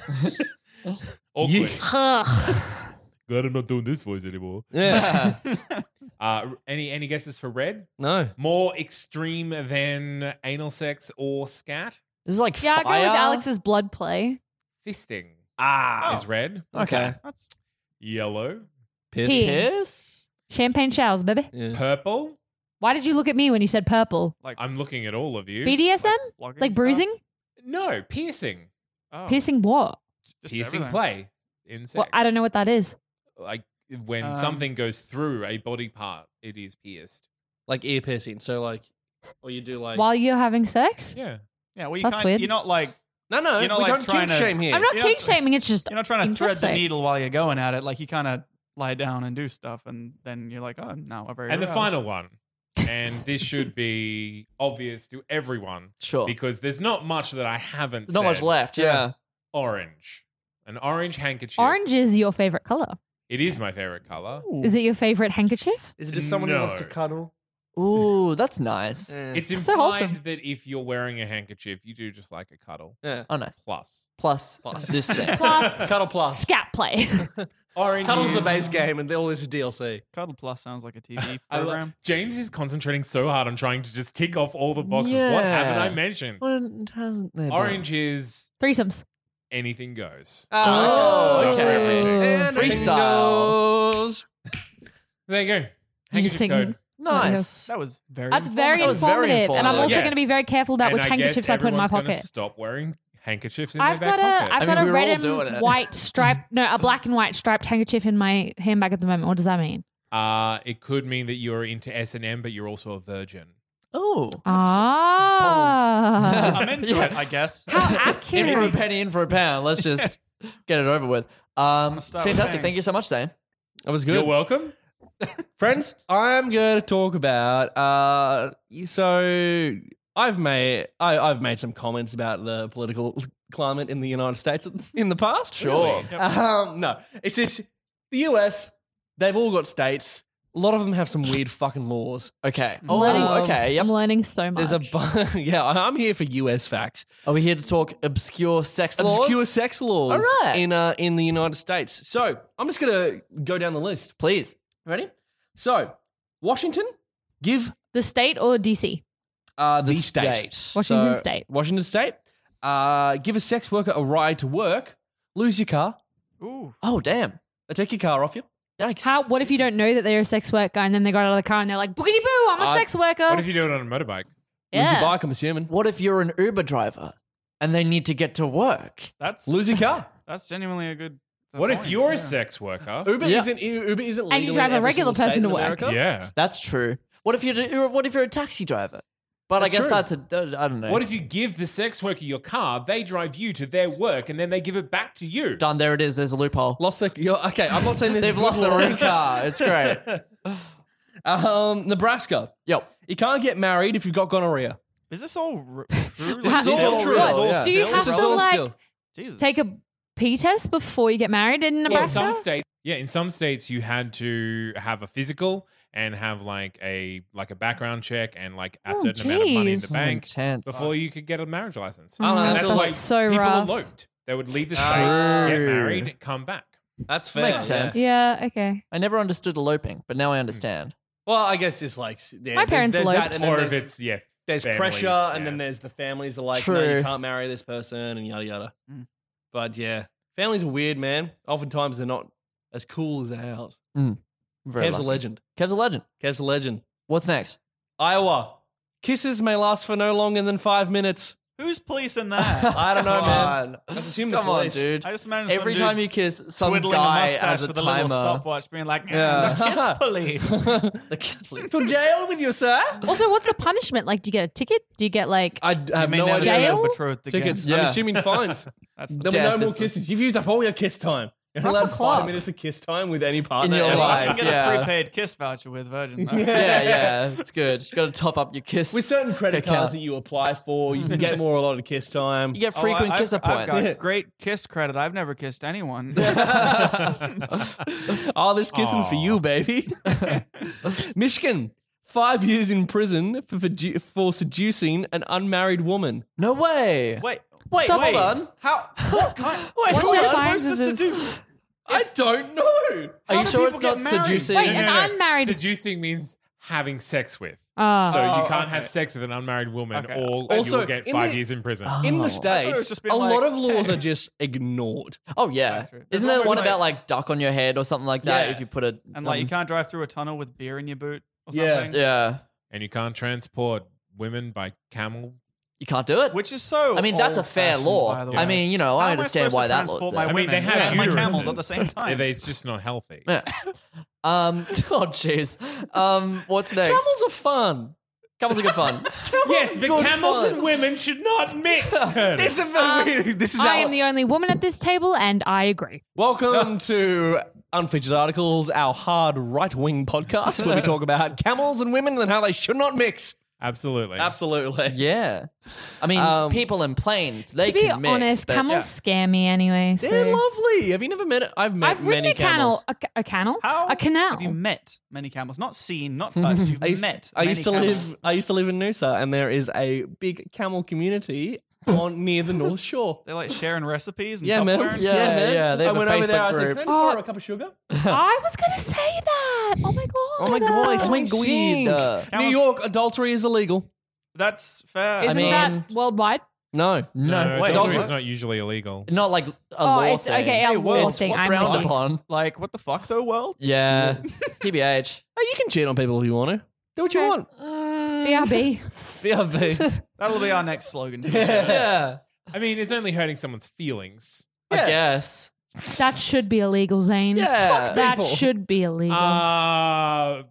[SPEAKER 6] Awkward.
[SPEAKER 4] Ugh.
[SPEAKER 6] God, I'm not doing this voice anymore.
[SPEAKER 1] Yeah.
[SPEAKER 6] Uh, any, any guesses for red?
[SPEAKER 1] no.
[SPEAKER 6] More extreme than anal sex or scat?
[SPEAKER 2] This is like
[SPEAKER 4] yeah, I
[SPEAKER 2] fire.
[SPEAKER 4] go with Alex's Oh. blood play.
[SPEAKER 6] Fisting
[SPEAKER 2] Ah.
[SPEAKER 6] is red.
[SPEAKER 2] Okay.
[SPEAKER 3] That's
[SPEAKER 6] Yellow,
[SPEAKER 1] Piss.
[SPEAKER 4] Pee.
[SPEAKER 2] Piss.
[SPEAKER 4] Champagne showers, baby.
[SPEAKER 1] Yeah.
[SPEAKER 6] purple.
[SPEAKER 4] Why did you look at me when you said purple?
[SPEAKER 3] like
[SPEAKER 6] I'm looking at all of you.
[SPEAKER 4] BDSM? Like,
[SPEAKER 3] flogging stuff?
[SPEAKER 4] bruising?
[SPEAKER 6] no, piercing.
[SPEAKER 3] Oh,
[SPEAKER 4] Piercing what?
[SPEAKER 3] just
[SPEAKER 6] piercing
[SPEAKER 3] everything.
[SPEAKER 6] play in sex.
[SPEAKER 4] Well, I don't know what that is.
[SPEAKER 6] Like when
[SPEAKER 3] Um,
[SPEAKER 6] something goes through a body part, it is pierced.
[SPEAKER 1] Like ear piercing. So, like, or you do like.
[SPEAKER 4] While you're having sex?
[SPEAKER 6] Yeah.
[SPEAKER 3] Yeah. Well, you
[SPEAKER 4] That's
[SPEAKER 3] can't,
[SPEAKER 4] weird.
[SPEAKER 3] You're not like
[SPEAKER 1] no, no,
[SPEAKER 3] You're not,
[SPEAKER 1] we
[SPEAKER 3] like,
[SPEAKER 1] don't
[SPEAKER 3] trying
[SPEAKER 1] kink
[SPEAKER 3] to-
[SPEAKER 1] shame here.
[SPEAKER 4] I'm not
[SPEAKER 3] You
[SPEAKER 4] kink
[SPEAKER 3] don't-
[SPEAKER 4] shaming, it's just
[SPEAKER 3] you're not trying to thread the
[SPEAKER 4] Interesting.
[SPEAKER 3] needle while you're going at it. Like you kind of lie down and do stuff, and then you're like, oh no, I'm very.
[SPEAKER 6] And the
[SPEAKER 3] aroused.
[SPEAKER 6] final one, and this should be obvious to everyone
[SPEAKER 4] Oh.
[SPEAKER 2] Sure.
[SPEAKER 6] because there's not much that I haven't
[SPEAKER 2] There's not much
[SPEAKER 6] said.
[SPEAKER 2] left. Yeah.
[SPEAKER 6] Orange. An orange handkerchief.
[SPEAKER 4] orange is your favorite color.
[SPEAKER 6] It is my favorite color.
[SPEAKER 4] Is it your favorite handkerchief?
[SPEAKER 1] Is it just someone who wants to
[SPEAKER 6] No.
[SPEAKER 1] cuddle?
[SPEAKER 2] Ooh, that's nice.
[SPEAKER 1] Mm.
[SPEAKER 6] It's
[SPEAKER 4] So
[SPEAKER 6] implied
[SPEAKER 4] wholesome.
[SPEAKER 6] that if you're wearing a handkerchief, you do just like a cuddle.
[SPEAKER 1] Yeah.
[SPEAKER 2] Oh, nice.
[SPEAKER 6] Plus.
[SPEAKER 2] Plus, this thing.
[SPEAKER 4] Plus
[SPEAKER 1] Cuddle plus.
[SPEAKER 4] scat play.
[SPEAKER 6] Orange
[SPEAKER 1] Cuddle's
[SPEAKER 6] is-
[SPEAKER 1] the base game, and all this is DLC.
[SPEAKER 3] Cuddle Plus sounds like a TV
[SPEAKER 6] I lo-
[SPEAKER 3] program.
[SPEAKER 6] James is concentrating so hard on trying to just tick off all the boxes. What
[SPEAKER 2] Yeah.
[SPEAKER 6] haven't I mentioned?
[SPEAKER 2] When hasn't there been?
[SPEAKER 6] Orange is
[SPEAKER 4] Threesomes.
[SPEAKER 6] anything goes.
[SPEAKER 1] Ah,
[SPEAKER 2] Oh,
[SPEAKER 6] Not for everything.
[SPEAKER 2] okay.
[SPEAKER 1] And
[SPEAKER 2] Freestyle.
[SPEAKER 1] it goes.
[SPEAKER 6] There you go.
[SPEAKER 4] You
[SPEAKER 6] Handkerchief
[SPEAKER 4] sing.
[SPEAKER 6] code.
[SPEAKER 2] Nice.
[SPEAKER 3] that was very.
[SPEAKER 4] That's very
[SPEAKER 2] That
[SPEAKER 4] informative.
[SPEAKER 2] was very
[SPEAKER 4] and I'm
[SPEAKER 2] informative.
[SPEAKER 4] also
[SPEAKER 6] Yeah.
[SPEAKER 4] going to be very careful about
[SPEAKER 6] And
[SPEAKER 4] which
[SPEAKER 6] I guess
[SPEAKER 4] handkerchiefs I put in my
[SPEAKER 6] everyone's gonna
[SPEAKER 4] pocket.
[SPEAKER 6] Stop wearing handkerchiefs in
[SPEAKER 4] I've
[SPEAKER 6] their back
[SPEAKER 4] got a,
[SPEAKER 6] pocket.
[SPEAKER 4] I've
[SPEAKER 2] I
[SPEAKER 4] got
[SPEAKER 2] mean,
[SPEAKER 4] a
[SPEAKER 2] we were all
[SPEAKER 4] red
[SPEAKER 2] doing
[SPEAKER 4] and
[SPEAKER 2] it.
[SPEAKER 4] white striped, no, a black and white striped handkerchief in my handbag at the moment. What does that mean?
[SPEAKER 6] uh, it could mean that you're into S and M, but you're also a virgin.
[SPEAKER 2] Oh.
[SPEAKER 4] Ah,
[SPEAKER 3] I'm into it, I guess.
[SPEAKER 4] how
[SPEAKER 2] In for a
[SPEAKER 4] accurate!
[SPEAKER 2] penny, in for a pound. Let's just get it over with. Um,
[SPEAKER 3] start with
[SPEAKER 2] fantastic.
[SPEAKER 3] Zane.
[SPEAKER 2] Thank you so much, Zane.
[SPEAKER 1] That was good.
[SPEAKER 6] You're welcome.
[SPEAKER 1] Friends, I'm going to talk about. Uh, so I've made I, I've made some comments about the political climate in the United States in the past.
[SPEAKER 2] Sure.
[SPEAKER 3] Yep.
[SPEAKER 1] Um, no, it's just the US. They've all got states. A lot of them have some weird fucking laws.
[SPEAKER 2] Okay. Oh,
[SPEAKER 1] Letting-
[SPEAKER 2] okay.
[SPEAKER 4] I'm
[SPEAKER 2] Yep.
[SPEAKER 4] learning so much.
[SPEAKER 1] There's a bu- yeah. I- I'm here for US facts.
[SPEAKER 2] Are we here to talk obscure sex laws?
[SPEAKER 1] Obscure sex laws
[SPEAKER 2] All right.
[SPEAKER 1] in uh, in the United States. So I'm just gonna go down the list.
[SPEAKER 2] Please.
[SPEAKER 1] Ready? So Washington, give
[SPEAKER 4] the state or DC?
[SPEAKER 1] uh, the,
[SPEAKER 2] The
[SPEAKER 1] state.
[SPEAKER 2] state.
[SPEAKER 4] Washington State.
[SPEAKER 1] Washington State. Uh, give a sex worker a ride to work. Lose your car.
[SPEAKER 3] Ooh,
[SPEAKER 2] Oh, damn.
[SPEAKER 1] They take your car off you.
[SPEAKER 2] Yikes.
[SPEAKER 4] How? What if you don't know that they're a sex worker and then they got out of the car and they're like, "Boogity boo! I'm a
[SPEAKER 2] Uh,
[SPEAKER 4] sex worker."
[SPEAKER 6] What if you do it on a motorbike?
[SPEAKER 1] Lose your
[SPEAKER 4] Yeah.
[SPEAKER 1] bike. I'm assuming.
[SPEAKER 2] What if you're an Uber driver and they need to get to work?
[SPEAKER 3] that's
[SPEAKER 1] Lose your car.
[SPEAKER 3] that's genuinely a good.
[SPEAKER 6] What if
[SPEAKER 3] point,
[SPEAKER 6] you're
[SPEAKER 3] yeah.
[SPEAKER 6] a sex worker?
[SPEAKER 1] Uber isn't Uber isn't legal.
[SPEAKER 4] And you drive
[SPEAKER 1] in
[SPEAKER 4] a
[SPEAKER 1] every single
[SPEAKER 4] regular
[SPEAKER 1] state
[SPEAKER 4] person
[SPEAKER 1] in
[SPEAKER 4] to work.
[SPEAKER 1] America.
[SPEAKER 6] Yeah.
[SPEAKER 2] That's true. What if you're you're- what if you're a taxi driver? But I
[SPEAKER 1] That's
[SPEAKER 2] guess
[SPEAKER 1] true.
[SPEAKER 2] that's a I don't know.
[SPEAKER 6] What if you give the sex worker your car, they drive you to their work, and then they give it back to you?
[SPEAKER 2] done? There it is. There's a loophole.
[SPEAKER 1] Lost their. You're, okay, I'm not saying this.
[SPEAKER 2] They've lost their own car. It's great.
[SPEAKER 1] Um, Nebraska.
[SPEAKER 2] Yep.
[SPEAKER 1] You can't get married if you've got gonorrhea.
[SPEAKER 3] Is this all r- true?
[SPEAKER 1] This is
[SPEAKER 2] is
[SPEAKER 1] all
[SPEAKER 2] all
[SPEAKER 1] true.
[SPEAKER 2] real,
[SPEAKER 4] What?
[SPEAKER 1] yeah.
[SPEAKER 4] Do
[SPEAKER 3] Still
[SPEAKER 4] you have
[SPEAKER 1] This is
[SPEAKER 4] to
[SPEAKER 1] all
[SPEAKER 4] like
[SPEAKER 1] still.
[SPEAKER 3] Jesus.
[SPEAKER 4] take a pee test before you get married in
[SPEAKER 6] Well,
[SPEAKER 4] Nebraska?
[SPEAKER 6] some states, yeah, in some states you had to have a physical and have like a like a background check and like a
[SPEAKER 4] Oh,
[SPEAKER 6] certain amount of money in
[SPEAKER 4] geez.
[SPEAKER 6] the
[SPEAKER 4] This
[SPEAKER 2] is
[SPEAKER 6] bank
[SPEAKER 2] intense.
[SPEAKER 6] before you could get a marriage license.
[SPEAKER 1] I don't know,
[SPEAKER 4] Mm,
[SPEAKER 1] I
[SPEAKER 6] and
[SPEAKER 1] feel
[SPEAKER 6] that's
[SPEAKER 4] sounds
[SPEAKER 6] why
[SPEAKER 4] so
[SPEAKER 6] people
[SPEAKER 4] rough.
[SPEAKER 6] eloped. They would leave the state,
[SPEAKER 1] Ah.
[SPEAKER 6] get married, come back.
[SPEAKER 1] That's fair.
[SPEAKER 2] Makes sense.
[SPEAKER 4] Yeah. Okay.
[SPEAKER 2] I never understood eloping, but
[SPEAKER 3] Hmm.
[SPEAKER 2] now I understand.
[SPEAKER 1] Well, I guess it's like yeah,
[SPEAKER 4] My
[SPEAKER 1] there's-
[SPEAKER 4] parents
[SPEAKER 1] there's
[SPEAKER 4] eloped.
[SPEAKER 1] that, and then
[SPEAKER 6] Or if
[SPEAKER 1] there's-
[SPEAKER 6] it's yeah,
[SPEAKER 1] there's
[SPEAKER 6] families,
[SPEAKER 1] pressure, and
[SPEAKER 6] yeah.
[SPEAKER 1] then there's the families are like, no,
[SPEAKER 2] True.
[SPEAKER 1] you can't marry this person, and yada yada.
[SPEAKER 3] Mm.
[SPEAKER 1] But yeah, families are weird, man. Oftentimes they're not as cool as they out.
[SPEAKER 2] Very
[SPEAKER 1] Kev's a
[SPEAKER 2] lucky.
[SPEAKER 1] legend.
[SPEAKER 2] Kev's a legend.
[SPEAKER 1] Kev's a legend.
[SPEAKER 2] What's next?
[SPEAKER 1] Iowa. Kisses may last for no longer than five minutes.
[SPEAKER 3] Who's policing that?
[SPEAKER 1] I don't know, man. I
[SPEAKER 2] Come
[SPEAKER 1] assume the
[SPEAKER 2] on,
[SPEAKER 1] police.
[SPEAKER 2] dude.
[SPEAKER 3] I just imagine some
[SPEAKER 2] Every
[SPEAKER 3] dude
[SPEAKER 2] time you kiss, some
[SPEAKER 3] twiddling a
[SPEAKER 2] guy
[SPEAKER 3] mustache
[SPEAKER 2] has a
[SPEAKER 3] with a little
[SPEAKER 2] timer.
[SPEAKER 3] stopwatch, being like,
[SPEAKER 1] Yeah.
[SPEAKER 3] yeah. the kiss police.
[SPEAKER 2] the kiss, please.
[SPEAKER 1] to jail with you, sir.
[SPEAKER 4] Also, what's the punishment? Like, do you get a ticket? Do you get like?
[SPEAKER 1] I d- have no idea.
[SPEAKER 4] Jail?
[SPEAKER 3] Betrothed again.
[SPEAKER 1] Tickets. I'm
[SPEAKER 2] Yeah.
[SPEAKER 1] assuming fines.
[SPEAKER 3] That's
[SPEAKER 1] There'll be
[SPEAKER 2] Death
[SPEAKER 1] no more
[SPEAKER 2] is the-
[SPEAKER 1] kisses. You've used up all your kiss time. You're not allowed five
[SPEAKER 4] clock.
[SPEAKER 1] minutes of kiss time with any partner.
[SPEAKER 2] your
[SPEAKER 1] ever.
[SPEAKER 2] life.
[SPEAKER 3] I can get
[SPEAKER 2] yeah.
[SPEAKER 3] a prepaid kiss voucher with Virgin. Though.
[SPEAKER 2] yeah, yeah, it's good. You got to top up your kiss.
[SPEAKER 1] With certain credit
[SPEAKER 2] Account.
[SPEAKER 1] cards that you apply for, you can get more allotted kiss time.
[SPEAKER 2] you get
[SPEAKER 3] Oh, I-
[SPEAKER 2] frequent
[SPEAKER 3] I've-
[SPEAKER 2] kisser
[SPEAKER 3] I've
[SPEAKER 2] points.
[SPEAKER 3] got great kiss credit. I've never kissed anyone.
[SPEAKER 1] All Ah, this kissing for you, baby. Michigan, five years in prison for, produ- for seducing an unmarried woman.
[SPEAKER 2] No way.
[SPEAKER 3] Wait,
[SPEAKER 2] wait,
[SPEAKER 4] Stop
[SPEAKER 2] hold
[SPEAKER 4] it.
[SPEAKER 2] on.
[SPEAKER 3] how? What kind?
[SPEAKER 2] Wait,
[SPEAKER 3] what
[SPEAKER 2] hold
[SPEAKER 3] are you
[SPEAKER 2] on.
[SPEAKER 3] supposed to
[SPEAKER 4] This is-
[SPEAKER 3] seduce?
[SPEAKER 1] I don't know.
[SPEAKER 2] Are
[SPEAKER 3] How
[SPEAKER 2] you
[SPEAKER 3] do
[SPEAKER 2] sure
[SPEAKER 3] people
[SPEAKER 2] it's not
[SPEAKER 3] get married?
[SPEAKER 2] seducing?
[SPEAKER 4] Wait, an unmarried.
[SPEAKER 6] Seducing means having sex with.
[SPEAKER 4] Ah.
[SPEAKER 6] So you
[SPEAKER 3] Oh,
[SPEAKER 6] can't
[SPEAKER 3] okay.
[SPEAKER 6] have sex with an unmarried woman,
[SPEAKER 3] Okay.
[SPEAKER 6] or
[SPEAKER 1] Also,
[SPEAKER 6] you'll get
[SPEAKER 1] in
[SPEAKER 6] five
[SPEAKER 1] the-
[SPEAKER 6] years in prison.
[SPEAKER 1] In the
[SPEAKER 2] Oh.
[SPEAKER 3] it was
[SPEAKER 1] States,
[SPEAKER 3] just
[SPEAKER 1] a
[SPEAKER 3] being like,
[SPEAKER 1] lot of laws are just ignored.
[SPEAKER 2] Oh yeah,
[SPEAKER 3] True. There's
[SPEAKER 2] isn't there
[SPEAKER 3] almost
[SPEAKER 2] one about like duck on your head or something like that?
[SPEAKER 1] Yeah.
[SPEAKER 2] If you put a
[SPEAKER 3] And like, you
[SPEAKER 2] um,
[SPEAKER 3] can't drive through a tunnel with beer in your boot or
[SPEAKER 1] Yeah.
[SPEAKER 3] something.
[SPEAKER 2] yeah,
[SPEAKER 6] and you can't transport women by camel.
[SPEAKER 2] you can't do it.
[SPEAKER 3] Which is so.
[SPEAKER 2] I mean, that's a fair
[SPEAKER 3] old-fashioned,
[SPEAKER 2] law.
[SPEAKER 3] by the
[SPEAKER 2] I
[SPEAKER 3] way.
[SPEAKER 2] mean, you know, I
[SPEAKER 3] How am I
[SPEAKER 2] understand
[SPEAKER 3] supposed
[SPEAKER 2] why
[SPEAKER 3] to
[SPEAKER 2] that law's
[SPEAKER 3] transport
[SPEAKER 2] there.
[SPEAKER 3] my
[SPEAKER 6] I mean, they
[SPEAKER 3] women
[SPEAKER 6] have
[SPEAKER 3] and my
[SPEAKER 6] uteruses.
[SPEAKER 3] camels at the same time.
[SPEAKER 6] Yeah, it's just not healthy.
[SPEAKER 2] Yeah. Um. Oh jeez. Um. What's next?
[SPEAKER 1] Camels are fun.
[SPEAKER 2] Camels are good fun.
[SPEAKER 6] Yes, but camels
[SPEAKER 1] fun.
[SPEAKER 6] and women should not mix.
[SPEAKER 1] This
[SPEAKER 6] Curtis.
[SPEAKER 1] is, this is
[SPEAKER 4] I am the only woman at this table, and I agree.
[SPEAKER 1] Welcome to Unfeatured Articles, our hard right wing podcast where we talk about camels and women and how they should not mix.
[SPEAKER 6] Absolutely.
[SPEAKER 1] Absolutely.
[SPEAKER 2] yeah. I mean,
[SPEAKER 1] Um,
[SPEAKER 2] people and planes. They
[SPEAKER 4] to be
[SPEAKER 2] can mix,
[SPEAKER 4] honest,
[SPEAKER 2] but-
[SPEAKER 4] camels scare me anyway. So.
[SPEAKER 1] They're lovely. Have you never met? I've met
[SPEAKER 4] I've ridden
[SPEAKER 1] many
[SPEAKER 4] a
[SPEAKER 1] camels.
[SPEAKER 4] canal, a, ca- a canal,
[SPEAKER 3] How
[SPEAKER 4] a canal.
[SPEAKER 3] Have you met many camels? Not seen, not touched. You've
[SPEAKER 1] I used,
[SPEAKER 3] met.
[SPEAKER 1] I used to
[SPEAKER 3] many camels.
[SPEAKER 1] live. I used to live in Noosa, and there is a big camel community on near the North Shore.
[SPEAKER 3] They're like sharing recipes and
[SPEAKER 1] Yeah, man.
[SPEAKER 3] Tupperware and
[SPEAKER 2] Yeah,
[SPEAKER 3] stuff.
[SPEAKER 2] man. yeah, they
[SPEAKER 1] I
[SPEAKER 2] have a
[SPEAKER 1] went over there.
[SPEAKER 2] Facebook
[SPEAKER 1] I said,
[SPEAKER 2] group.
[SPEAKER 1] "Can I just borrow a
[SPEAKER 4] Oh.
[SPEAKER 1] cup of sugar?"
[SPEAKER 4] I was gonna say that. Oh my god.
[SPEAKER 1] Oh my god! it's
[SPEAKER 2] Oh my
[SPEAKER 1] insane.
[SPEAKER 2] god.
[SPEAKER 3] That
[SPEAKER 1] New
[SPEAKER 3] was-
[SPEAKER 1] York adultery is illegal.
[SPEAKER 3] That's fair.
[SPEAKER 4] Isn't
[SPEAKER 2] I mean-
[SPEAKER 4] that worldwide?
[SPEAKER 1] No,
[SPEAKER 2] No,
[SPEAKER 6] No,
[SPEAKER 3] wait,
[SPEAKER 6] adultery
[SPEAKER 3] what?
[SPEAKER 6] is not usually illegal.
[SPEAKER 2] not like a
[SPEAKER 4] oh,
[SPEAKER 2] law
[SPEAKER 4] it's
[SPEAKER 2] thing.
[SPEAKER 4] okay.
[SPEAKER 3] Hey,
[SPEAKER 4] A
[SPEAKER 3] well,
[SPEAKER 4] law
[SPEAKER 3] it's
[SPEAKER 4] thing.
[SPEAKER 3] what
[SPEAKER 4] I'm
[SPEAKER 2] frowned
[SPEAKER 4] thinking.
[SPEAKER 2] upon.
[SPEAKER 3] like, what the fuck though, world?
[SPEAKER 2] Yeah, tbh.
[SPEAKER 1] Hey, Oh, you can cheat on people if you want to. Do what you
[SPEAKER 4] Okay.
[SPEAKER 1] want.
[SPEAKER 4] BRB.
[SPEAKER 1] BRB.
[SPEAKER 3] That'll be our next slogan.
[SPEAKER 2] Yeah,
[SPEAKER 6] I mean, it's only hurting someone's feelings.
[SPEAKER 2] I guess.
[SPEAKER 4] That should be illegal, Zane.
[SPEAKER 2] Yeah.
[SPEAKER 4] Fuck that
[SPEAKER 1] people.
[SPEAKER 4] should be illegal.
[SPEAKER 6] Uh,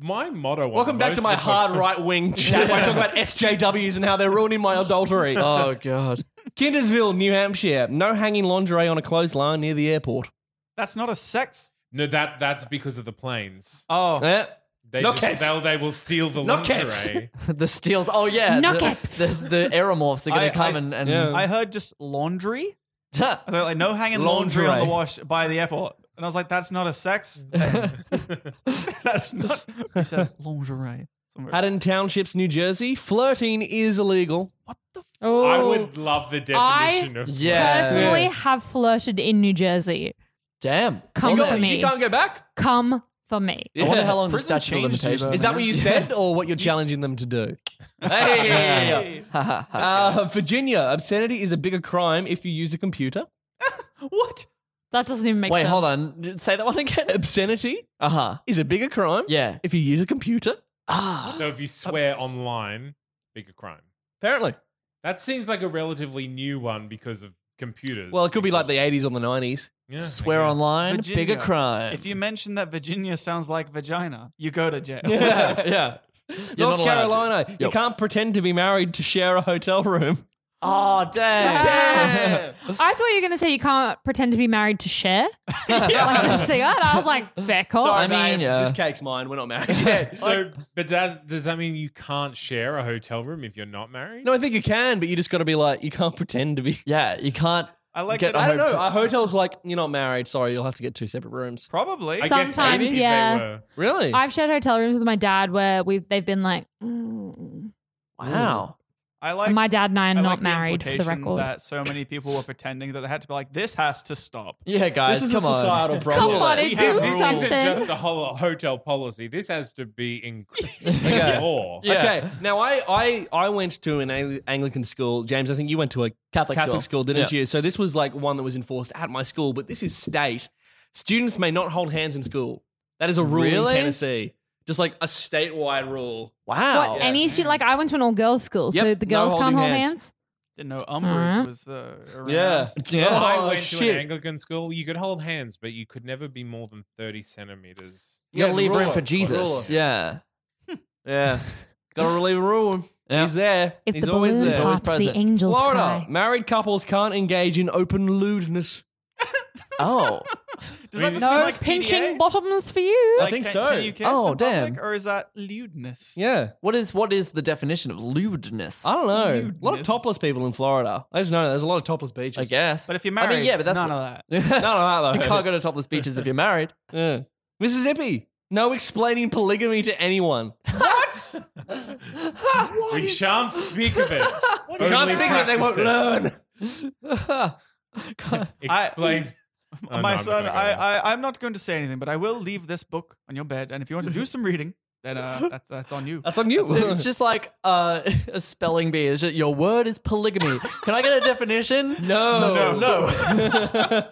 [SPEAKER 6] my motto. on
[SPEAKER 1] Welcome back
[SPEAKER 6] most
[SPEAKER 1] to
[SPEAKER 6] of
[SPEAKER 1] my
[SPEAKER 6] the
[SPEAKER 1] hard right wing chat. where I talk about SJWs and how they're ruining my adultery.
[SPEAKER 2] Oh god.
[SPEAKER 1] Kindersville, New Hampshire. No hanging lingerie on a clothesline near the airport.
[SPEAKER 3] That's not a sex.
[SPEAKER 6] No, that that's because of the planes.
[SPEAKER 3] Oh,
[SPEAKER 1] Eh?
[SPEAKER 6] They
[SPEAKER 1] No
[SPEAKER 6] just,
[SPEAKER 1] caps.
[SPEAKER 6] they'll, they will steal the
[SPEAKER 1] No caps.
[SPEAKER 6] lingerie.
[SPEAKER 2] the steals. Oh yeah,
[SPEAKER 4] No
[SPEAKER 2] the,
[SPEAKER 4] caps.
[SPEAKER 2] there's the aeromorphs are
[SPEAKER 3] I-
[SPEAKER 2] going to come
[SPEAKER 3] I-
[SPEAKER 2] and, and
[SPEAKER 1] yeah.
[SPEAKER 3] I heard just laundry.
[SPEAKER 2] Huh.
[SPEAKER 3] They're like, no hanging laundry, on
[SPEAKER 1] Laundry.
[SPEAKER 3] the wash by the airport. And I was like, that's not a sex thing. that's not. You said lingerie. Somewhere.
[SPEAKER 1] Haddon Townships, New Jersey. Flirting is illegal.
[SPEAKER 4] Oh.
[SPEAKER 6] I would love the definition of
[SPEAKER 2] Yeah.
[SPEAKER 4] personally have flirted in New Jersey.
[SPEAKER 2] damn.
[SPEAKER 4] Come
[SPEAKER 1] you,
[SPEAKER 4] for
[SPEAKER 1] got-
[SPEAKER 4] me.
[SPEAKER 1] you can't go back.
[SPEAKER 4] Come for me.
[SPEAKER 2] I wonder how long the
[SPEAKER 3] Prison
[SPEAKER 2] statute of
[SPEAKER 3] changed you,
[SPEAKER 2] limitations
[SPEAKER 3] though.
[SPEAKER 1] Is that what you said, or what you're challenging them to do? Hey.
[SPEAKER 3] Hey.
[SPEAKER 2] Ha, ha, ha.
[SPEAKER 1] Uh, Virginia, obscenity is a bigger crime if you use a computer.
[SPEAKER 3] What?
[SPEAKER 4] That doesn't even make
[SPEAKER 2] Wait,
[SPEAKER 4] sense.
[SPEAKER 2] hold on. Say that one again.
[SPEAKER 1] Obscenity
[SPEAKER 2] Uh huh.
[SPEAKER 1] is a bigger crime
[SPEAKER 2] Yeah.
[SPEAKER 1] if you use a computer.
[SPEAKER 2] Ah.
[SPEAKER 6] So if you swear online, bigger crime.
[SPEAKER 1] Apparently.
[SPEAKER 6] That seems like a relatively new one because of computers.
[SPEAKER 1] Well, it could be like the 80s or the 90s.
[SPEAKER 6] Yeah, I
[SPEAKER 2] Swear
[SPEAKER 6] guess.
[SPEAKER 2] online,
[SPEAKER 3] Virginia,
[SPEAKER 2] bigger crime.
[SPEAKER 3] If you mention that Virginia sounds like vagina, you go to jail.
[SPEAKER 1] Yeah, yeah.
[SPEAKER 2] You're
[SPEAKER 1] North
[SPEAKER 2] not allowed.
[SPEAKER 1] Carolina, you
[SPEAKER 2] Yep.
[SPEAKER 1] can't pretend to be married to share a hotel room.
[SPEAKER 2] Oh damn.
[SPEAKER 4] Damn. I thought you were going to say you can't pretend to be married to Cher. like a singer. And I was like, fair call.
[SPEAKER 2] Sorry, I mean, yeah.
[SPEAKER 1] this cake's mine. We're not married. Yeah.
[SPEAKER 6] So, but does, does that mean you can't share a hotel room if you're not married?
[SPEAKER 1] No, I think you can, but you just got to be like, you can't pretend to be.
[SPEAKER 2] Yeah, you can't.
[SPEAKER 3] I like
[SPEAKER 2] Get
[SPEAKER 3] that.
[SPEAKER 1] I don't know.
[SPEAKER 2] hotel-
[SPEAKER 1] A hotel's like, you're not married. Sorry, you'll have to get two separate rooms.
[SPEAKER 3] Probably.
[SPEAKER 6] I guess
[SPEAKER 4] Sometimes,
[SPEAKER 6] maybe if they
[SPEAKER 4] yeah.
[SPEAKER 6] were.
[SPEAKER 1] Really?
[SPEAKER 4] I've shared hotel rooms with my dad where we've they've been like, mm.
[SPEAKER 2] Wow.
[SPEAKER 3] I like.
[SPEAKER 4] my dad and I are
[SPEAKER 3] I
[SPEAKER 4] not
[SPEAKER 3] like the
[SPEAKER 4] married for the
[SPEAKER 3] implication
[SPEAKER 4] record.
[SPEAKER 3] That so many people were pretending that they had to be like, this has to stop.
[SPEAKER 2] Yeah, guys,
[SPEAKER 1] this is
[SPEAKER 2] come
[SPEAKER 1] a
[SPEAKER 2] on.
[SPEAKER 1] societal problem.
[SPEAKER 4] Somebody
[SPEAKER 3] We
[SPEAKER 4] do
[SPEAKER 3] have
[SPEAKER 6] This
[SPEAKER 3] rules.
[SPEAKER 4] something.
[SPEAKER 6] isn't just a whole hotel policy. This has to be in in law.
[SPEAKER 2] Yeah.
[SPEAKER 1] Okay. Now I, I I went to an Ang- Anglican school. James, I think you went to a
[SPEAKER 2] Catholic
[SPEAKER 1] Catholic
[SPEAKER 2] school.
[SPEAKER 1] school, didn't
[SPEAKER 2] Yeah.
[SPEAKER 1] you? So this was like one that was enforced at my school, but this is state. Students may not hold hands in school. That is a rule
[SPEAKER 2] Really?
[SPEAKER 1] in Tennessee. Just like a statewide rule.
[SPEAKER 2] Wow.
[SPEAKER 4] What, any shit? Like, I went to an all girls school, so
[SPEAKER 1] Yep,
[SPEAKER 4] the
[SPEAKER 1] no
[SPEAKER 4] girls can't
[SPEAKER 1] holding
[SPEAKER 4] hold
[SPEAKER 1] hands.
[SPEAKER 4] hands.
[SPEAKER 3] Didn't know Umbridge
[SPEAKER 4] Uh-huh.
[SPEAKER 3] was uh, around.
[SPEAKER 1] Yeah.
[SPEAKER 6] I
[SPEAKER 1] Oh,
[SPEAKER 6] went to
[SPEAKER 1] shit.
[SPEAKER 6] an Anglican school. You could hold hands, but you could never be more than thirty centimeters.
[SPEAKER 2] You gotta
[SPEAKER 1] Yeah,
[SPEAKER 2] leave room
[SPEAKER 1] ruler.
[SPEAKER 2] for Jesus.
[SPEAKER 1] Ruler.
[SPEAKER 2] Yeah.
[SPEAKER 1] Yeah. Gotta leave room.
[SPEAKER 2] Yeah.
[SPEAKER 1] He's there.
[SPEAKER 4] If
[SPEAKER 1] He's
[SPEAKER 4] the
[SPEAKER 1] always
[SPEAKER 4] balloon
[SPEAKER 1] there.
[SPEAKER 2] He's always
[SPEAKER 4] pops, the
[SPEAKER 2] present.
[SPEAKER 4] angels
[SPEAKER 1] Florida.
[SPEAKER 4] cry.
[SPEAKER 1] Married couples can't engage in open lewdness.
[SPEAKER 2] Oh.
[SPEAKER 3] Does that just
[SPEAKER 4] No
[SPEAKER 3] mean like
[SPEAKER 4] pinching
[SPEAKER 3] PDA?
[SPEAKER 4] bottoms for you.
[SPEAKER 1] I think
[SPEAKER 3] can,
[SPEAKER 1] so.
[SPEAKER 3] Can you kiss
[SPEAKER 2] Oh,
[SPEAKER 3] in public,
[SPEAKER 2] damn.
[SPEAKER 3] or is that lewdness?
[SPEAKER 1] Yeah.
[SPEAKER 2] What is what is the definition of lewdness?
[SPEAKER 1] I don't know. A lot of
[SPEAKER 3] Lewdness.
[SPEAKER 1] topless people in Florida. I just know there's a lot of topless beaches.
[SPEAKER 2] I guess.
[SPEAKER 3] But if you're married,
[SPEAKER 2] I mean, yeah, but that's
[SPEAKER 3] none of that.
[SPEAKER 1] None of that though.
[SPEAKER 2] you can't go to topless beaches if you're married.
[SPEAKER 1] Yeah. Mississippi. No explaining polygamy to anyone.
[SPEAKER 6] we shan't speak of it. we
[SPEAKER 1] You can't speak of it, they won't learn.
[SPEAKER 6] Explain. Oh, no, I'm
[SPEAKER 3] My
[SPEAKER 6] not
[SPEAKER 3] son,
[SPEAKER 6] gonna go
[SPEAKER 3] I,
[SPEAKER 6] there.
[SPEAKER 3] I, I'm not going to say anything, but I will leave this book on your bed, and if you want to do some reading, then uh, that's that's on you.
[SPEAKER 1] That's on you.
[SPEAKER 2] It's just like uh, a spelling bee. It's just, your word is polygamy. Can I get a definition?
[SPEAKER 1] no.
[SPEAKER 2] No.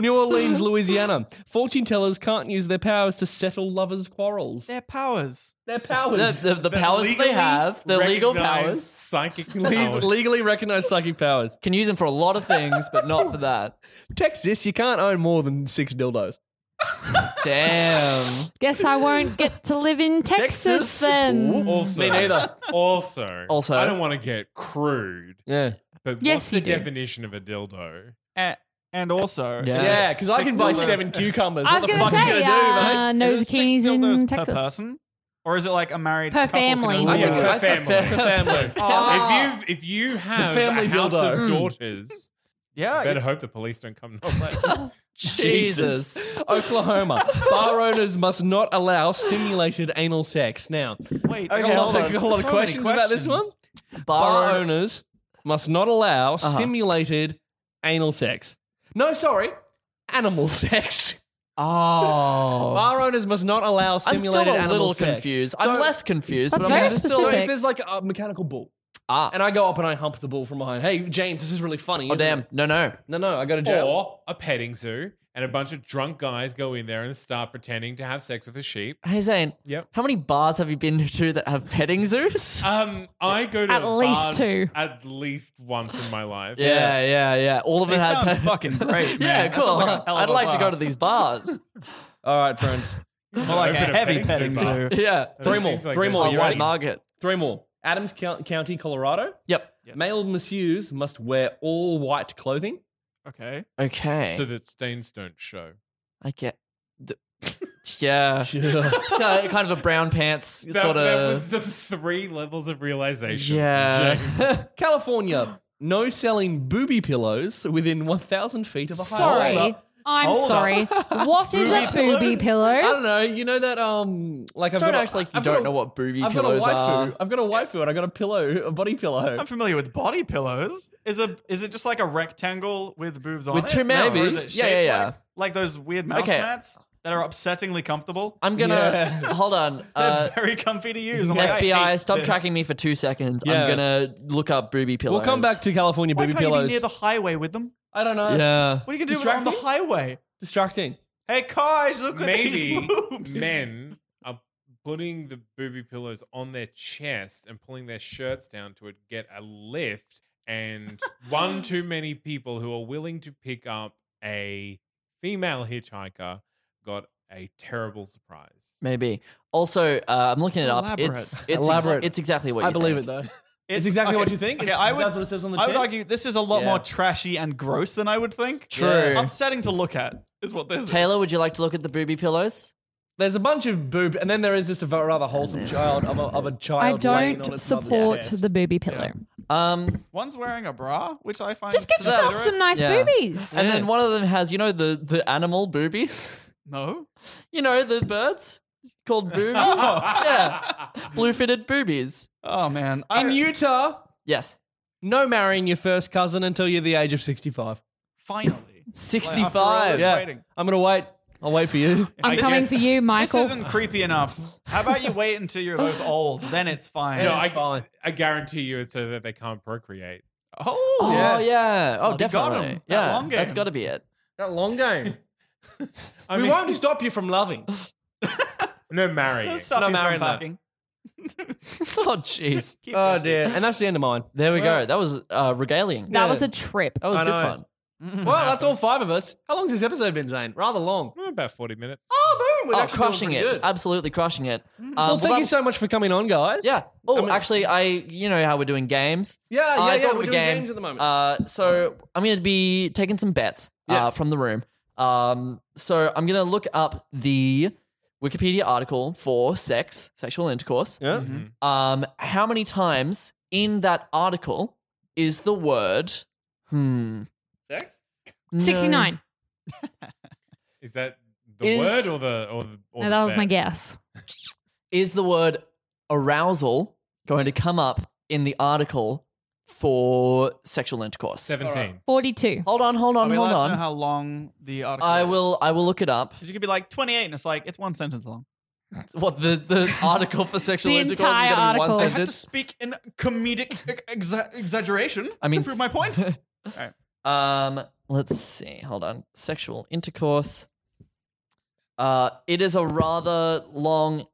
[SPEAKER 1] New Orleans, Louisiana. Fortune tellers can't use their powers to settle lovers' quarrels.
[SPEAKER 3] Their powers.
[SPEAKER 1] Their
[SPEAKER 2] The,
[SPEAKER 1] powers.
[SPEAKER 2] the, the powers that they
[SPEAKER 6] legally
[SPEAKER 2] have, the legal
[SPEAKER 6] recognized
[SPEAKER 2] powers,
[SPEAKER 6] Psychic
[SPEAKER 1] These
[SPEAKER 6] powers.
[SPEAKER 1] legally recognized psychic powers.
[SPEAKER 2] can use them for a lot of things, but not for that.
[SPEAKER 1] Texas, you can't own more than six dildos.
[SPEAKER 2] Damn.
[SPEAKER 4] Guess I won't get to live in Texas,
[SPEAKER 1] Texas?
[SPEAKER 4] then.
[SPEAKER 6] Also,
[SPEAKER 1] Me neither.
[SPEAKER 6] Also,
[SPEAKER 2] Also.
[SPEAKER 6] I don't want to get crude,
[SPEAKER 1] Yeah.
[SPEAKER 6] but
[SPEAKER 4] Yes,
[SPEAKER 6] what's the
[SPEAKER 4] you do.
[SPEAKER 6] definition of a dildo?
[SPEAKER 3] And, and
[SPEAKER 2] Yeah.
[SPEAKER 3] also, is it-
[SPEAKER 1] Yeah, because I
[SPEAKER 3] Six
[SPEAKER 1] can buy
[SPEAKER 3] dildos.
[SPEAKER 1] seven cucumbers.
[SPEAKER 4] I
[SPEAKER 1] What
[SPEAKER 4] was
[SPEAKER 1] the
[SPEAKER 4] gonna
[SPEAKER 1] fuck are
[SPEAKER 4] say,
[SPEAKER 1] you gonna do, mate?
[SPEAKER 4] uh, no
[SPEAKER 3] is it six
[SPEAKER 4] zucchinis
[SPEAKER 3] dildos
[SPEAKER 4] in
[SPEAKER 3] Per
[SPEAKER 4] Texas.
[SPEAKER 3] person, or is it like a married
[SPEAKER 4] Per
[SPEAKER 3] couple can
[SPEAKER 4] family.
[SPEAKER 3] only
[SPEAKER 1] I
[SPEAKER 3] do
[SPEAKER 1] think
[SPEAKER 3] that?
[SPEAKER 1] I-
[SPEAKER 6] Yeah,
[SPEAKER 1] I-
[SPEAKER 6] for family.
[SPEAKER 1] family.
[SPEAKER 3] Oh, Ah.
[SPEAKER 6] If you if you have
[SPEAKER 1] family
[SPEAKER 6] a house
[SPEAKER 1] dildo.
[SPEAKER 6] of
[SPEAKER 1] Mm.
[SPEAKER 6] daughters,
[SPEAKER 3] Yeah,
[SPEAKER 6] better hope the police don't come. knock.
[SPEAKER 2] Jesus.
[SPEAKER 1] Oklahoma. Bar owners must not allow simulated anal sex. Now,
[SPEAKER 3] Wait,
[SPEAKER 1] I
[SPEAKER 2] Okay,
[SPEAKER 1] got a
[SPEAKER 2] hold
[SPEAKER 1] lot,
[SPEAKER 2] on.
[SPEAKER 1] I got a lot of
[SPEAKER 3] So many
[SPEAKER 1] questions, about this one. Bar
[SPEAKER 3] questions.
[SPEAKER 2] Bar owner. Uh-huh.
[SPEAKER 1] owners must not allow simulated anal sex. No, sorry, animal sex.
[SPEAKER 2] Oh.
[SPEAKER 1] Bar owners must not allow
[SPEAKER 2] I'm
[SPEAKER 1] simulated
[SPEAKER 2] still a
[SPEAKER 1] animal
[SPEAKER 2] little
[SPEAKER 1] sex.
[SPEAKER 2] confused.
[SPEAKER 1] So-
[SPEAKER 2] I'm less confused,
[SPEAKER 4] That's
[SPEAKER 2] but I'm
[SPEAKER 4] very
[SPEAKER 2] kinda still-
[SPEAKER 1] So
[SPEAKER 4] specific.
[SPEAKER 1] if there's like a mechanical bull,
[SPEAKER 2] Ah.
[SPEAKER 1] and I go up and I hump the bull from behind. Hey, James, this is really funny.
[SPEAKER 2] Oh,
[SPEAKER 1] isn't
[SPEAKER 2] damn.
[SPEAKER 1] it?
[SPEAKER 2] No, no.
[SPEAKER 1] No, no, I go to jail.
[SPEAKER 5] Or a petting zoo, and a bunch of drunk guys go in there and start pretending to have sex with a sheep.
[SPEAKER 2] Hey, Zane.
[SPEAKER 5] Yep.
[SPEAKER 2] How many bars have you been to that have petting zoos?
[SPEAKER 5] Um, I go to
[SPEAKER 4] At least
[SPEAKER 5] bars
[SPEAKER 4] two.
[SPEAKER 5] at least once in my life.
[SPEAKER 2] yeah, yeah, yeah. All of
[SPEAKER 3] They
[SPEAKER 2] it had
[SPEAKER 3] sound
[SPEAKER 2] pet-
[SPEAKER 3] fucking great, man.
[SPEAKER 2] Yeah,
[SPEAKER 3] That
[SPEAKER 2] cool.
[SPEAKER 3] sounds like a hell of
[SPEAKER 2] I'd
[SPEAKER 3] a
[SPEAKER 2] like to go
[SPEAKER 3] bar.
[SPEAKER 2] to these bars.
[SPEAKER 1] All right, friends.
[SPEAKER 3] More like a
[SPEAKER 5] Open a
[SPEAKER 3] heavy
[SPEAKER 5] petting
[SPEAKER 3] petting
[SPEAKER 5] zoo bar.
[SPEAKER 3] zoo.
[SPEAKER 2] yeah.
[SPEAKER 1] Three
[SPEAKER 5] It
[SPEAKER 1] more,
[SPEAKER 5] seems like
[SPEAKER 1] three
[SPEAKER 5] this
[SPEAKER 1] more.
[SPEAKER 5] is
[SPEAKER 2] Oh,
[SPEAKER 1] you
[SPEAKER 2] White
[SPEAKER 1] ready?
[SPEAKER 2] Market.
[SPEAKER 1] Three more. Adams Co- County, Colorado.
[SPEAKER 2] Yep.
[SPEAKER 1] Male messieurs must wear all white clothing.
[SPEAKER 3] Okay.
[SPEAKER 2] Okay.
[SPEAKER 5] So that stains don't show.
[SPEAKER 2] I get. The- yeah. so kind of a brown pants
[SPEAKER 5] That,
[SPEAKER 2] sort
[SPEAKER 5] that
[SPEAKER 2] of.
[SPEAKER 5] was the three levels of realization.
[SPEAKER 2] yeah.
[SPEAKER 1] California, no selling booby pillows within 1,000 feet of a highway.
[SPEAKER 4] Sorry. I'm
[SPEAKER 3] Hold up.
[SPEAKER 4] sorry. What is a
[SPEAKER 3] Booby
[SPEAKER 1] I
[SPEAKER 4] booby pillow?
[SPEAKER 1] don't know. You know that, um, like I've
[SPEAKER 2] don't
[SPEAKER 1] got a-
[SPEAKER 2] act like you
[SPEAKER 1] I've got
[SPEAKER 2] don't
[SPEAKER 1] a-
[SPEAKER 2] know what booby
[SPEAKER 1] I've got a
[SPEAKER 2] pillows
[SPEAKER 1] waifu.
[SPEAKER 2] are.
[SPEAKER 1] I've got a waifu and I got a pillow, a body pillow.
[SPEAKER 3] I'm familiar with body pillows. Is a is it just like a rectangle with boobs on
[SPEAKER 2] With
[SPEAKER 3] it?
[SPEAKER 2] two
[SPEAKER 3] Or is
[SPEAKER 2] mountains.
[SPEAKER 3] it
[SPEAKER 2] Yeah,
[SPEAKER 3] shaped
[SPEAKER 2] yeah, yeah.
[SPEAKER 3] Like, like those weird mouse
[SPEAKER 2] Okay.
[SPEAKER 3] mats that are upsettingly comfortable.
[SPEAKER 2] I'm gonna
[SPEAKER 1] Yeah.
[SPEAKER 2] hold on.
[SPEAKER 3] They're
[SPEAKER 2] Uh,
[SPEAKER 3] very comfy to use. I'm like, I
[SPEAKER 2] FBI,
[SPEAKER 3] hate
[SPEAKER 2] stop
[SPEAKER 3] this.
[SPEAKER 2] tracking me for two seconds.
[SPEAKER 1] Yeah.
[SPEAKER 2] I'm gonna look up booby pillows.
[SPEAKER 1] we'll come back to California
[SPEAKER 3] Why
[SPEAKER 1] booby
[SPEAKER 3] can't you
[SPEAKER 1] pillows.
[SPEAKER 3] be near the highway with them?
[SPEAKER 1] I don't know.
[SPEAKER 2] Yeah.
[SPEAKER 3] What are you gonna do with them on the highway?
[SPEAKER 1] Distracting.
[SPEAKER 3] Hey guys, look at
[SPEAKER 5] Maybe
[SPEAKER 3] these boobs.
[SPEAKER 5] men are putting the booby pillows on their chest and pulling their shirts down to it, get a lift, and one too many people who are willing to pick up a female hitchhiker got a terrible surprise.
[SPEAKER 2] Maybe. Also, uh, I'm looking
[SPEAKER 3] So
[SPEAKER 2] it up.
[SPEAKER 3] elaborate.
[SPEAKER 2] It's it's,
[SPEAKER 1] Elaborate.
[SPEAKER 2] exa- it's exactly what
[SPEAKER 1] I
[SPEAKER 2] you
[SPEAKER 1] believe
[SPEAKER 2] think.
[SPEAKER 1] it, though. It's exactly
[SPEAKER 3] okay,
[SPEAKER 1] what you think.
[SPEAKER 3] Okay,
[SPEAKER 1] It's-
[SPEAKER 3] I would,
[SPEAKER 1] that's what it says on the
[SPEAKER 3] I would
[SPEAKER 1] tin.
[SPEAKER 3] argue this is a lot
[SPEAKER 1] Yeah.
[SPEAKER 3] more trashy and gross than I would think.
[SPEAKER 2] True.
[SPEAKER 1] Yeah.
[SPEAKER 3] Upsetting to look at is what this is.
[SPEAKER 2] Taylor, would you like to look at the booby pillows?
[SPEAKER 1] There's a bunch of boob, and then there is just a va- rather wholesome child of a, of a child.
[SPEAKER 4] I
[SPEAKER 1] laying on
[SPEAKER 4] don't
[SPEAKER 1] its
[SPEAKER 4] support
[SPEAKER 1] mother's chest.
[SPEAKER 4] the booby pillow.
[SPEAKER 2] Um,
[SPEAKER 3] One's wearing a bra, which I find
[SPEAKER 4] Just get yourself
[SPEAKER 3] considerate.
[SPEAKER 4] some nice
[SPEAKER 2] Yeah.
[SPEAKER 4] boobies.
[SPEAKER 2] and then one of them has, you know, the the animal boobies.
[SPEAKER 3] No,
[SPEAKER 2] You know, the birds called boobies. yeah. Blue fitted boobies.
[SPEAKER 3] oh man, I,
[SPEAKER 1] In Utah,
[SPEAKER 2] Yes.
[SPEAKER 1] no marrying your first cousin until you're the age of 65.
[SPEAKER 3] finally Like, after all
[SPEAKER 2] 65.
[SPEAKER 3] this
[SPEAKER 1] Yeah.
[SPEAKER 3] waiting.
[SPEAKER 1] I'm going to wait. I'll wait for you.
[SPEAKER 4] I'm coming for you, Michael.
[SPEAKER 3] This isn't creepy enough. How about you wait until you're both old? Then it's fine.
[SPEAKER 5] No,
[SPEAKER 1] it's
[SPEAKER 5] I,
[SPEAKER 1] fine.
[SPEAKER 5] I guarantee you it's so that they can't procreate.
[SPEAKER 3] oh,
[SPEAKER 2] Oh yeah. Oh,
[SPEAKER 3] Bloody got
[SPEAKER 2] definitely.
[SPEAKER 3] 'em. That
[SPEAKER 2] Yeah.
[SPEAKER 3] long game.
[SPEAKER 2] That's got to be it.
[SPEAKER 1] That long game.
[SPEAKER 5] I
[SPEAKER 1] we
[SPEAKER 5] mean,
[SPEAKER 1] won't stop you from loving.
[SPEAKER 5] no marrying.
[SPEAKER 3] Don't stop
[SPEAKER 1] No,
[SPEAKER 3] me
[SPEAKER 1] Marion,
[SPEAKER 3] from
[SPEAKER 1] no.
[SPEAKER 3] fucking.
[SPEAKER 2] Oh jeez.
[SPEAKER 3] Keep
[SPEAKER 1] Oh,
[SPEAKER 3] guessing.
[SPEAKER 1] dear. And that's the end of mine.
[SPEAKER 2] There we go. That was uh, regalian.
[SPEAKER 1] Yeah.
[SPEAKER 4] That was a trip.
[SPEAKER 2] That was
[SPEAKER 1] I
[SPEAKER 2] good
[SPEAKER 1] know.
[SPEAKER 2] fun.
[SPEAKER 1] Well, that's all five of us. How long's this episode been, Zane? Rather long.
[SPEAKER 5] Oh, about 40 minutes.
[SPEAKER 1] Oh, boom. We're
[SPEAKER 2] Oh,
[SPEAKER 1] actually
[SPEAKER 2] crushing
[SPEAKER 1] doing
[SPEAKER 2] it.
[SPEAKER 1] pretty good. Mm-hmm.
[SPEAKER 2] Absolutely crushing it. Um,
[SPEAKER 1] Well, thank you
[SPEAKER 2] that-
[SPEAKER 1] so much for coming on, guys.
[SPEAKER 2] Yeah. Oh,
[SPEAKER 1] I mean-
[SPEAKER 2] actually, I you know how we're doing games.
[SPEAKER 1] Yeah, yeah,
[SPEAKER 2] I
[SPEAKER 1] yeah.
[SPEAKER 2] thought
[SPEAKER 1] We're
[SPEAKER 2] of a
[SPEAKER 1] doing
[SPEAKER 2] game.
[SPEAKER 1] games at the moment.
[SPEAKER 2] Uh, so I'm going to be taking some bets uh,
[SPEAKER 1] Yeah.
[SPEAKER 2] from the room. Um, so I'm going to look up the Wikipedia article for sex, sexual intercourse.
[SPEAKER 1] yeah.
[SPEAKER 2] Um, how many times in that article is the word? Hmm.
[SPEAKER 5] Sex?
[SPEAKER 2] No.
[SPEAKER 4] 69.
[SPEAKER 5] Is that the
[SPEAKER 2] Is-
[SPEAKER 5] word or the or the or
[SPEAKER 4] No,
[SPEAKER 5] the
[SPEAKER 4] that was my
[SPEAKER 5] bet?
[SPEAKER 4] guess.
[SPEAKER 2] Is the word arousal going to come up in the article for sexual intercourse?
[SPEAKER 5] 17.
[SPEAKER 4] 42.
[SPEAKER 2] Hold on, hold
[SPEAKER 3] Are
[SPEAKER 2] on,
[SPEAKER 3] we
[SPEAKER 2] hold
[SPEAKER 3] allowed to know
[SPEAKER 2] on.
[SPEAKER 3] how long the article?
[SPEAKER 2] I
[SPEAKER 3] is?
[SPEAKER 2] will. I will look it up.
[SPEAKER 3] 'Cause you could be like 28, and it's like it's one sentence long.
[SPEAKER 2] What the, the article for sexual
[SPEAKER 4] The
[SPEAKER 2] intercourse
[SPEAKER 4] entire
[SPEAKER 2] is going to be one
[SPEAKER 4] article. I
[SPEAKER 3] I
[SPEAKER 4] had
[SPEAKER 3] had to
[SPEAKER 2] sentence?
[SPEAKER 3] speak in comedic e-, exa- exaggeration.
[SPEAKER 2] I mean,
[SPEAKER 3] to prove my point. Alright.
[SPEAKER 2] Um, let's see. Hold on. Sexual intercourse. Uh, it is a rather long.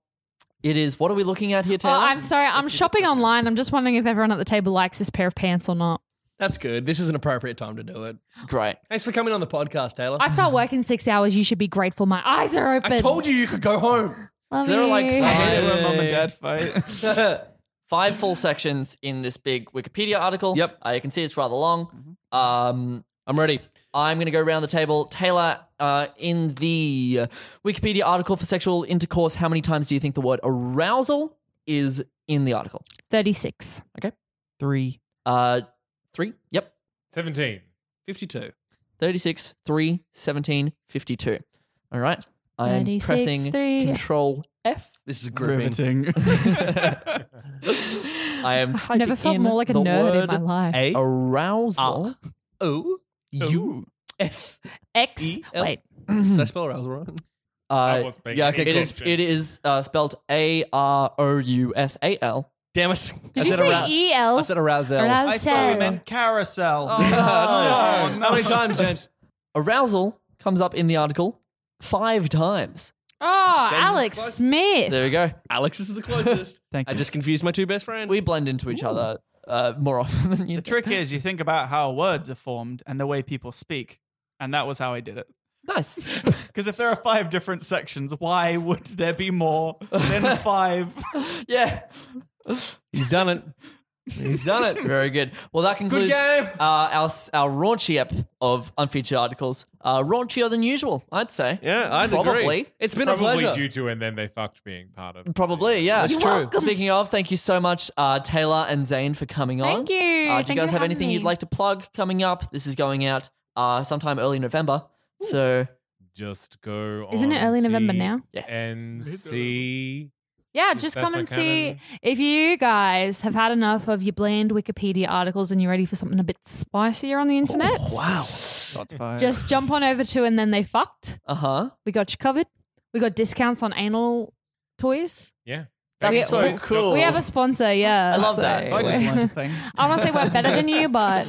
[SPEAKER 2] It is. What are we looking at here,
[SPEAKER 4] Oh,
[SPEAKER 2] Taylor?
[SPEAKER 4] I'm sorry. I'm
[SPEAKER 2] Sexual
[SPEAKER 4] shopping
[SPEAKER 2] intercourse.
[SPEAKER 4] online. I'm just wondering if everyone at the table likes this pair of pants or not.
[SPEAKER 1] That's good. This is an appropriate time to do it.
[SPEAKER 2] Great.
[SPEAKER 1] Thanks for coming on the podcast, Taylor.
[SPEAKER 4] I start working six hours. You should be grateful. My eyes are open.
[SPEAKER 1] I told you you could go home.
[SPEAKER 4] Love
[SPEAKER 2] So there are, like,
[SPEAKER 4] you.
[SPEAKER 3] I
[SPEAKER 2] five-
[SPEAKER 3] hate it when
[SPEAKER 1] Yay.
[SPEAKER 3] mum and dad fight.
[SPEAKER 2] Five full sections in this big Wikipedia article.
[SPEAKER 1] Yep. Mm-hmm.
[SPEAKER 2] Uh, you can see it's rather long. Um,
[SPEAKER 1] I'm ready.
[SPEAKER 2] s- I'm going to go around the table. Taylor, uh, in the Wikipedia article for sexual intercourse, how many times do you think the word arousal is in the article?
[SPEAKER 4] 36.
[SPEAKER 2] Okay. Three. Uh, three. Yep.
[SPEAKER 5] 17.
[SPEAKER 1] 52.
[SPEAKER 2] 36, 3, 17, 52. All right. I am
[SPEAKER 4] 36,
[SPEAKER 2] pressing
[SPEAKER 4] three.
[SPEAKER 2] Control F.
[SPEAKER 1] This is gripping.
[SPEAKER 3] Riveting.
[SPEAKER 2] I am typing
[SPEAKER 4] Never felt
[SPEAKER 2] in
[SPEAKER 4] more like a
[SPEAKER 2] the
[SPEAKER 4] nerd in
[SPEAKER 2] word
[SPEAKER 4] my life.
[SPEAKER 1] A E
[SPEAKER 2] arousal.
[SPEAKER 1] O U S.
[SPEAKER 4] X.
[SPEAKER 1] E, L.
[SPEAKER 4] Wait.
[SPEAKER 1] Did I spell arousal wrong?
[SPEAKER 2] Uh,
[SPEAKER 5] was paying
[SPEAKER 2] yeah, okay, it is.
[SPEAKER 5] attention.
[SPEAKER 2] It is uh, spelled A R O U S A L.
[SPEAKER 1] Damn it! I
[SPEAKER 4] Did you
[SPEAKER 1] said arou-
[SPEAKER 4] say E L?
[SPEAKER 1] I said arousal.
[SPEAKER 3] I thought we meant carousel.
[SPEAKER 1] Oh, no.
[SPEAKER 3] no.
[SPEAKER 1] How many times, James?
[SPEAKER 2] Arousal comes up in the article five times.
[SPEAKER 4] Oh,
[SPEAKER 1] James is
[SPEAKER 4] Alex
[SPEAKER 1] close.
[SPEAKER 4] Smith.
[SPEAKER 2] There we go.
[SPEAKER 1] Alex is the closest.
[SPEAKER 3] Thank
[SPEAKER 1] I
[SPEAKER 3] you.
[SPEAKER 1] just confused my two best friends.
[SPEAKER 2] We blend into each other uh, more often than you.
[SPEAKER 3] The
[SPEAKER 2] think.
[SPEAKER 3] trick is you think about how words are formed and the way people speak, and that was how I did it.
[SPEAKER 2] Nice.
[SPEAKER 3] Because if there are five different sections, why would there be more than five?
[SPEAKER 2] yeah.
[SPEAKER 1] He's done it. He's done it.
[SPEAKER 2] Very good. Well, that concludes
[SPEAKER 1] game.
[SPEAKER 2] Uh, our s- our raunchy ep of unfeatured articles. Uh, raunchier than usual, I'd say.
[SPEAKER 1] Yeah, I
[SPEAKER 2] probably.
[SPEAKER 1] It's been a
[SPEAKER 5] Probably
[SPEAKER 1] pleasure.
[SPEAKER 5] due to and then they fucked being part of.
[SPEAKER 2] Probably, yeah.
[SPEAKER 1] That's You're true. welcome.
[SPEAKER 2] Speaking of, thank you so much, uh, Taylor and Zane, for coming on.
[SPEAKER 4] Thank you.
[SPEAKER 2] Uh,
[SPEAKER 4] Thank
[SPEAKER 2] do you
[SPEAKER 4] you
[SPEAKER 2] guys
[SPEAKER 4] for
[SPEAKER 2] have
[SPEAKER 4] having
[SPEAKER 2] anything
[SPEAKER 4] me.
[SPEAKER 2] you'd like to plug coming up? This is going out uh, sometime early November. So
[SPEAKER 5] Just go.
[SPEAKER 4] Isn't it
[SPEAKER 5] on
[SPEAKER 4] early
[SPEAKER 5] to
[SPEAKER 4] November now?
[SPEAKER 2] Yeah.
[SPEAKER 5] And see.
[SPEAKER 4] Yeah,
[SPEAKER 5] Yes,
[SPEAKER 4] just
[SPEAKER 5] that's
[SPEAKER 4] come and
[SPEAKER 5] okay,
[SPEAKER 4] see.
[SPEAKER 5] maybe.
[SPEAKER 4] If you guys have had enough of your bland Wikipedia articles and you're ready for something a bit spicier on the internet,
[SPEAKER 2] Oh, wow.
[SPEAKER 4] just jump on over to and then they fucked.
[SPEAKER 2] Uh huh.
[SPEAKER 4] We got you covered. We got discounts on anal toys.
[SPEAKER 5] Yeah.
[SPEAKER 2] That's
[SPEAKER 4] We-
[SPEAKER 2] so
[SPEAKER 4] we-
[SPEAKER 2] cool.
[SPEAKER 4] We have a sponsor, yeah.
[SPEAKER 2] Oh. I love that.
[SPEAKER 3] I just
[SPEAKER 4] we're-
[SPEAKER 3] learned a thing.
[SPEAKER 4] I want to say we're better than you, but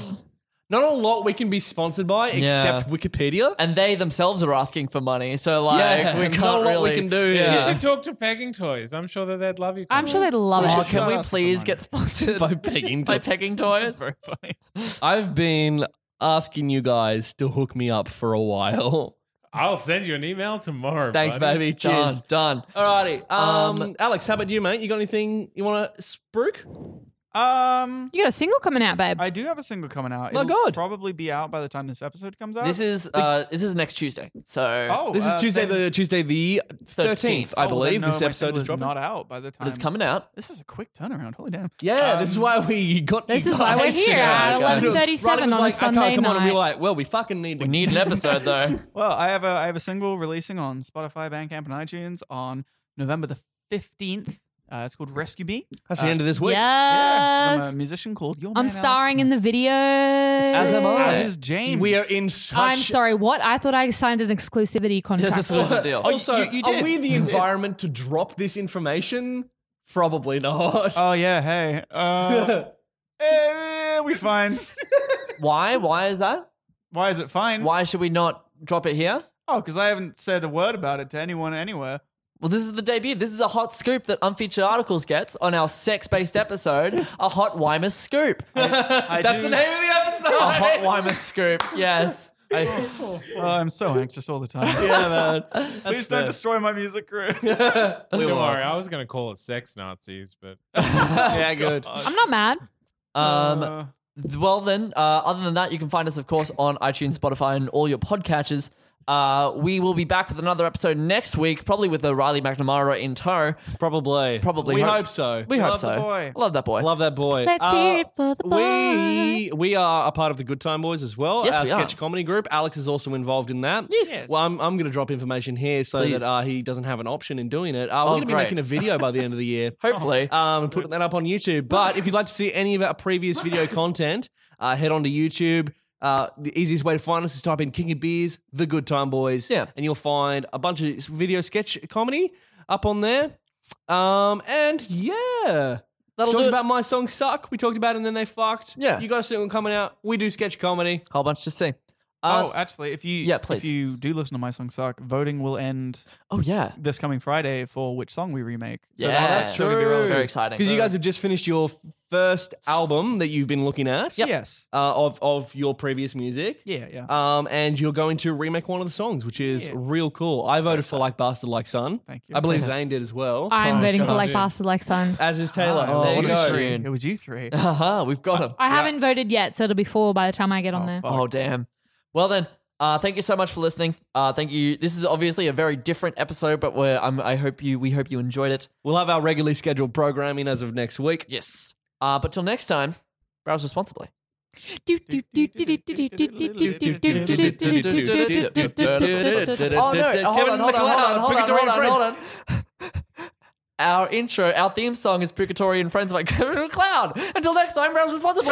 [SPEAKER 1] Not a lot we can be sponsored by except Wikipedia.
[SPEAKER 2] and they themselves are asking for money. So like
[SPEAKER 1] Yeah,
[SPEAKER 2] we
[SPEAKER 1] not
[SPEAKER 2] can't
[SPEAKER 1] a lot we
[SPEAKER 2] really-
[SPEAKER 1] can do, yeah.
[SPEAKER 5] You should talk to Pegging Toys. I'm sure that they'd love you.
[SPEAKER 4] I'm sure they'd love
[SPEAKER 2] Oh,
[SPEAKER 4] it.
[SPEAKER 3] should-
[SPEAKER 2] can we
[SPEAKER 3] ask for
[SPEAKER 2] please
[SPEAKER 3] money.
[SPEAKER 2] get sponsored
[SPEAKER 1] By pegging
[SPEAKER 2] by
[SPEAKER 1] toys.
[SPEAKER 2] pegging toys?
[SPEAKER 3] Very funny.
[SPEAKER 1] I've been asking you guys to hook me up for a while.
[SPEAKER 5] I'll send you an email tomorrow.
[SPEAKER 1] Thanks,
[SPEAKER 5] buddy.
[SPEAKER 1] baby.
[SPEAKER 2] Done.
[SPEAKER 1] Cheers.
[SPEAKER 2] Done.
[SPEAKER 1] Alrighty. Um,
[SPEAKER 2] Um,
[SPEAKER 1] Alex, how about you, mate? You got anything you want to spruik?
[SPEAKER 3] Um,
[SPEAKER 4] You got a single coming out, babe.
[SPEAKER 3] I do have a single coming out.
[SPEAKER 1] My
[SPEAKER 3] It'll
[SPEAKER 1] God.
[SPEAKER 3] probably be out by the time this episode comes out.
[SPEAKER 2] This is uh, this is next Tuesday. So
[SPEAKER 3] oh,
[SPEAKER 1] This
[SPEAKER 3] uh,
[SPEAKER 1] is Tuesday,
[SPEAKER 3] then-
[SPEAKER 1] the Tuesday the thirteenth, I
[SPEAKER 3] oh, then
[SPEAKER 1] believe.
[SPEAKER 3] no,
[SPEAKER 1] this
[SPEAKER 3] my
[SPEAKER 1] episode
[SPEAKER 3] single
[SPEAKER 1] is dropping.
[SPEAKER 3] Not out by the time
[SPEAKER 2] but it's coming out.
[SPEAKER 3] This is a quick turnaround. Holy damn!
[SPEAKER 1] yeah, this is why we got.
[SPEAKER 4] This
[SPEAKER 1] you
[SPEAKER 4] is why we're
[SPEAKER 1] guys.
[SPEAKER 4] here
[SPEAKER 2] Yeah, guys.
[SPEAKER 4] at eleven
[SPEAKER 1] Ronnie
[SPEAKER 4] thirty-seven
[SPEAKER 1] was
[SPEAKER 4] on
[SPEAKER 1] like,
[SPEAKER 4] a
[SPEAKER 1] I can't
[SPEAKER 4] Sunday
[SPEAKER 1] come on, and we
[SPEAKER 4] night.
[SPEAKER 1] were like, well, we fucking need.
[SPEAKER 2] We need an episode though.
[SPEAKER 3] Well, I have a I have a single releasing on Spotify, Bandcamp, and iTunes on November the fifteenth. Uh, it's called Rescue Me.
[SPEAKER 1] That's the end of this week.
[SPEAKER 3] Yeah, 'cause
[SPEAKER 2] um,
[SPEAKER 4] Yes,
[SPEAKER 3] I'm a musician called Your Man,
[SPEAKER 4] I'm
[SPEAKER 3] Alex
[SPEAKER 4] starring in
[SPEAKER 3] Smith.
[SPEAKER 4] the video.
[SPEAKER 2] As am I.
[SPEAKER 3] As is James.
[SPEAKER 1] We are in such.
[SPEAKER 4] I'm sorry. What? I thought I signed an exclusivity contract.
[SPEAKER 2] this was a deal.
[SPEAKER 1] Also,
[SPEAKER 3] you- you
[SPEAKER 1] are
[SPEAKER 3] did.
[SPEAKER 1] we the environment to drop this information? Probably not.
[SPEAKER 3] Oh yeah, hey. Uh, eh, we fine.
[SPEAKER 2] Why? Why is that?
[SPEAKER 3] Why is it fine?
[SPEAKER 2] Why should we not drop it here?
[SPEAKER 3] Oh, because I haven't said a word about it to anyone anywhere.
[SPEAKER 2] Well, this is the debut. This is a hot scoop that Unfeatured Articles gets on our sex-based episode, a hot Weimer scoop.
[SPEAKER 3] I
[SPEAKER 2] That's
[SPEAKER 3] do-
[SPEAKER 2] the name of the episode. A hot Weimer scoop. Yes.
[SPEAKER 3] I, oh, I'm so anxious all the time. Please don't destroy my music career.
[SPEAKER 5] Don't worry. I was going to call it Sex Nazis, but
[SPEAKER 1] yeah, good.
[SPEAKER 4] I'm not mad.
[SPEAKER 2] Um,
[SPEAKER 3] Uh,
[SPEAKER 2] Th- Well, then, uh, other than that, you can find us, of course, on iTunes, Spotify, and all your podcatchers. Uh, we will be back with another episode next week, probably with O'Reilly McNamara in tow.
[SPEAKER 1] Probably.
[SPEAKER 2] Probably.
[SPEAKER 1] We Uh,
[SPEAKER 2] Ho-
[SPEAKER 1] hope so.
[SPEAKER 2] We hope
[SPEAKER 3] Love
[SPEAKER 2] so.
[SPEAKER 3] the boy.
[SPEAKER 2] Love that boy.
[SPEAKER 1] Love that boy.
[SPEAKER 4] Let's hear it for the
[SPEAKER 1] We we are a part of the Good Time Boys as well.
[SPEAKER 2] Yes,
[SPEAKER 1] our
[SPEAKER 2] we
[SPEAKER 1] sketch
[SPEAKER 2] are.
[SPEAKER 1] comedy group. Alex is also involved in that.
[SPEAKER 2] Yes. Yes.
[SPEAKER 1] Well, I'm, I'm going to drop information here so
[SPEAKER 2] Please.
[SPEAKER 1] that uh, he doesn't have an option in doing it. Uh, we're
[SPEAKER 2] Oh,
[SPEAKER 1] going to be
[SPEAKER 2] great.
[SPEAKER 1] making a video by the end of the year.
[SPEAKER 2] Hopefully. Uh,
[SPEAKER 1] um, and putting that up on YouTube. But if you'd like to see any of our previous video content, uh, head on to YouTube. Uh, the easiest way to find us is type in King of Beers, The Good Time Boys,
[SPEAKER 2] Yeah.
[SPEAKER 1] and you'll find a bunch of video sketch comedy up on there. Um, and yeah.
[SPEAKER 2] That'll
[SPEAKER 1] talked
[SPEAKER 2] do it.
[SPEAKER 1] about my song "Suck." We talked about it and then they fucked.
[SPEAKER 2] Yeah.
[SPEAKER 1] you got a single coming out. We do sketch comedy.
[SPEAKER 2] Whole bunch to see.
[SPEAKER 3] oh,
[SPEAKER 2] Uh,
[SPEAKER 3] actually, if you
[SPEAKER 2] yeah, please.
[SPEAKER 3] if you do listen to my song "Suck," voting will end
[SPEAKER 2] oh, yeah.
[SPEAKER 3] this coming Friday for which song we remake. So
[SPEAKER 2] Yeah.
[SPEAKER 3] that's still gonna be
[SPEAKER 1] True.
[SPEAKER 3] relevant.
[SPEAKER 2] Very exciting.
[SPEAKER 1] Because you guys have just finished your first album that you've been looking at
[SPEAKER 3] Yes.
[SPEAKER 1] uh, of of your previous music.
[SPEAKER 3] Yeah,
[SPEAKER 2] Uh,
[SPEAKER 3] yeah.
[SPEAKER 1] Um, and you're going to remake one of the songs, which is
[SPEAKER 3] Yeah.
[SPEAKER 1] real cool. I voted for like Bastard Like Son.
[SPEAKER 3] Thank you.
[SPEAKER 1] I believe Zane did as well.
[SPEAKER 4] I'm voting for like
[SPEAKER 1] yeah.
[SPEAKER 4] bastard like son.
[SPEAKER 1] as is Taylor.
[SPEAKER 3] Oh,
[SPEAKER 1] there you
[SPEAKER 2] Ah, uh, what a
[SPEAKER 1] go.
[SPEAKER 2] shame.
[SPEAKER 3] it was you three.
[SPEAKER 2] Haha, Uh-huh, we've got
[SPEAKER 1] Uh,
[SPEAKER 2] him.
[SPEAKER 4] I haven't voted yet, so it'll be four by the time I get on there.
[SPEAKER 2] Oh, damn. Well, then. Uh, thank you so much for listening. Uh, thank you. This is obviously a very different episode, but we're, um, I hope you we hope you enjoyed it.
[SPEAKER 1] We'll have our regularly scheduled programming as of next week.
[SPEAKER 2] Yes. Uh, but till next time, browse responsibly. Oh no!
[SPEAKER 1] Kevin
[SPEAKER 2] Hold on, hold on, hold on,
[SPEAKER 1] MacLeod,
[SPEAKER 2] hold on, hold
[SPEAKER 1] Purgatorian
[SPEAKER 2] on, hold on. Our intro, our theme song is Purgatory and Friends by Kevin McLeod. Until next time, Rouse Responsibly.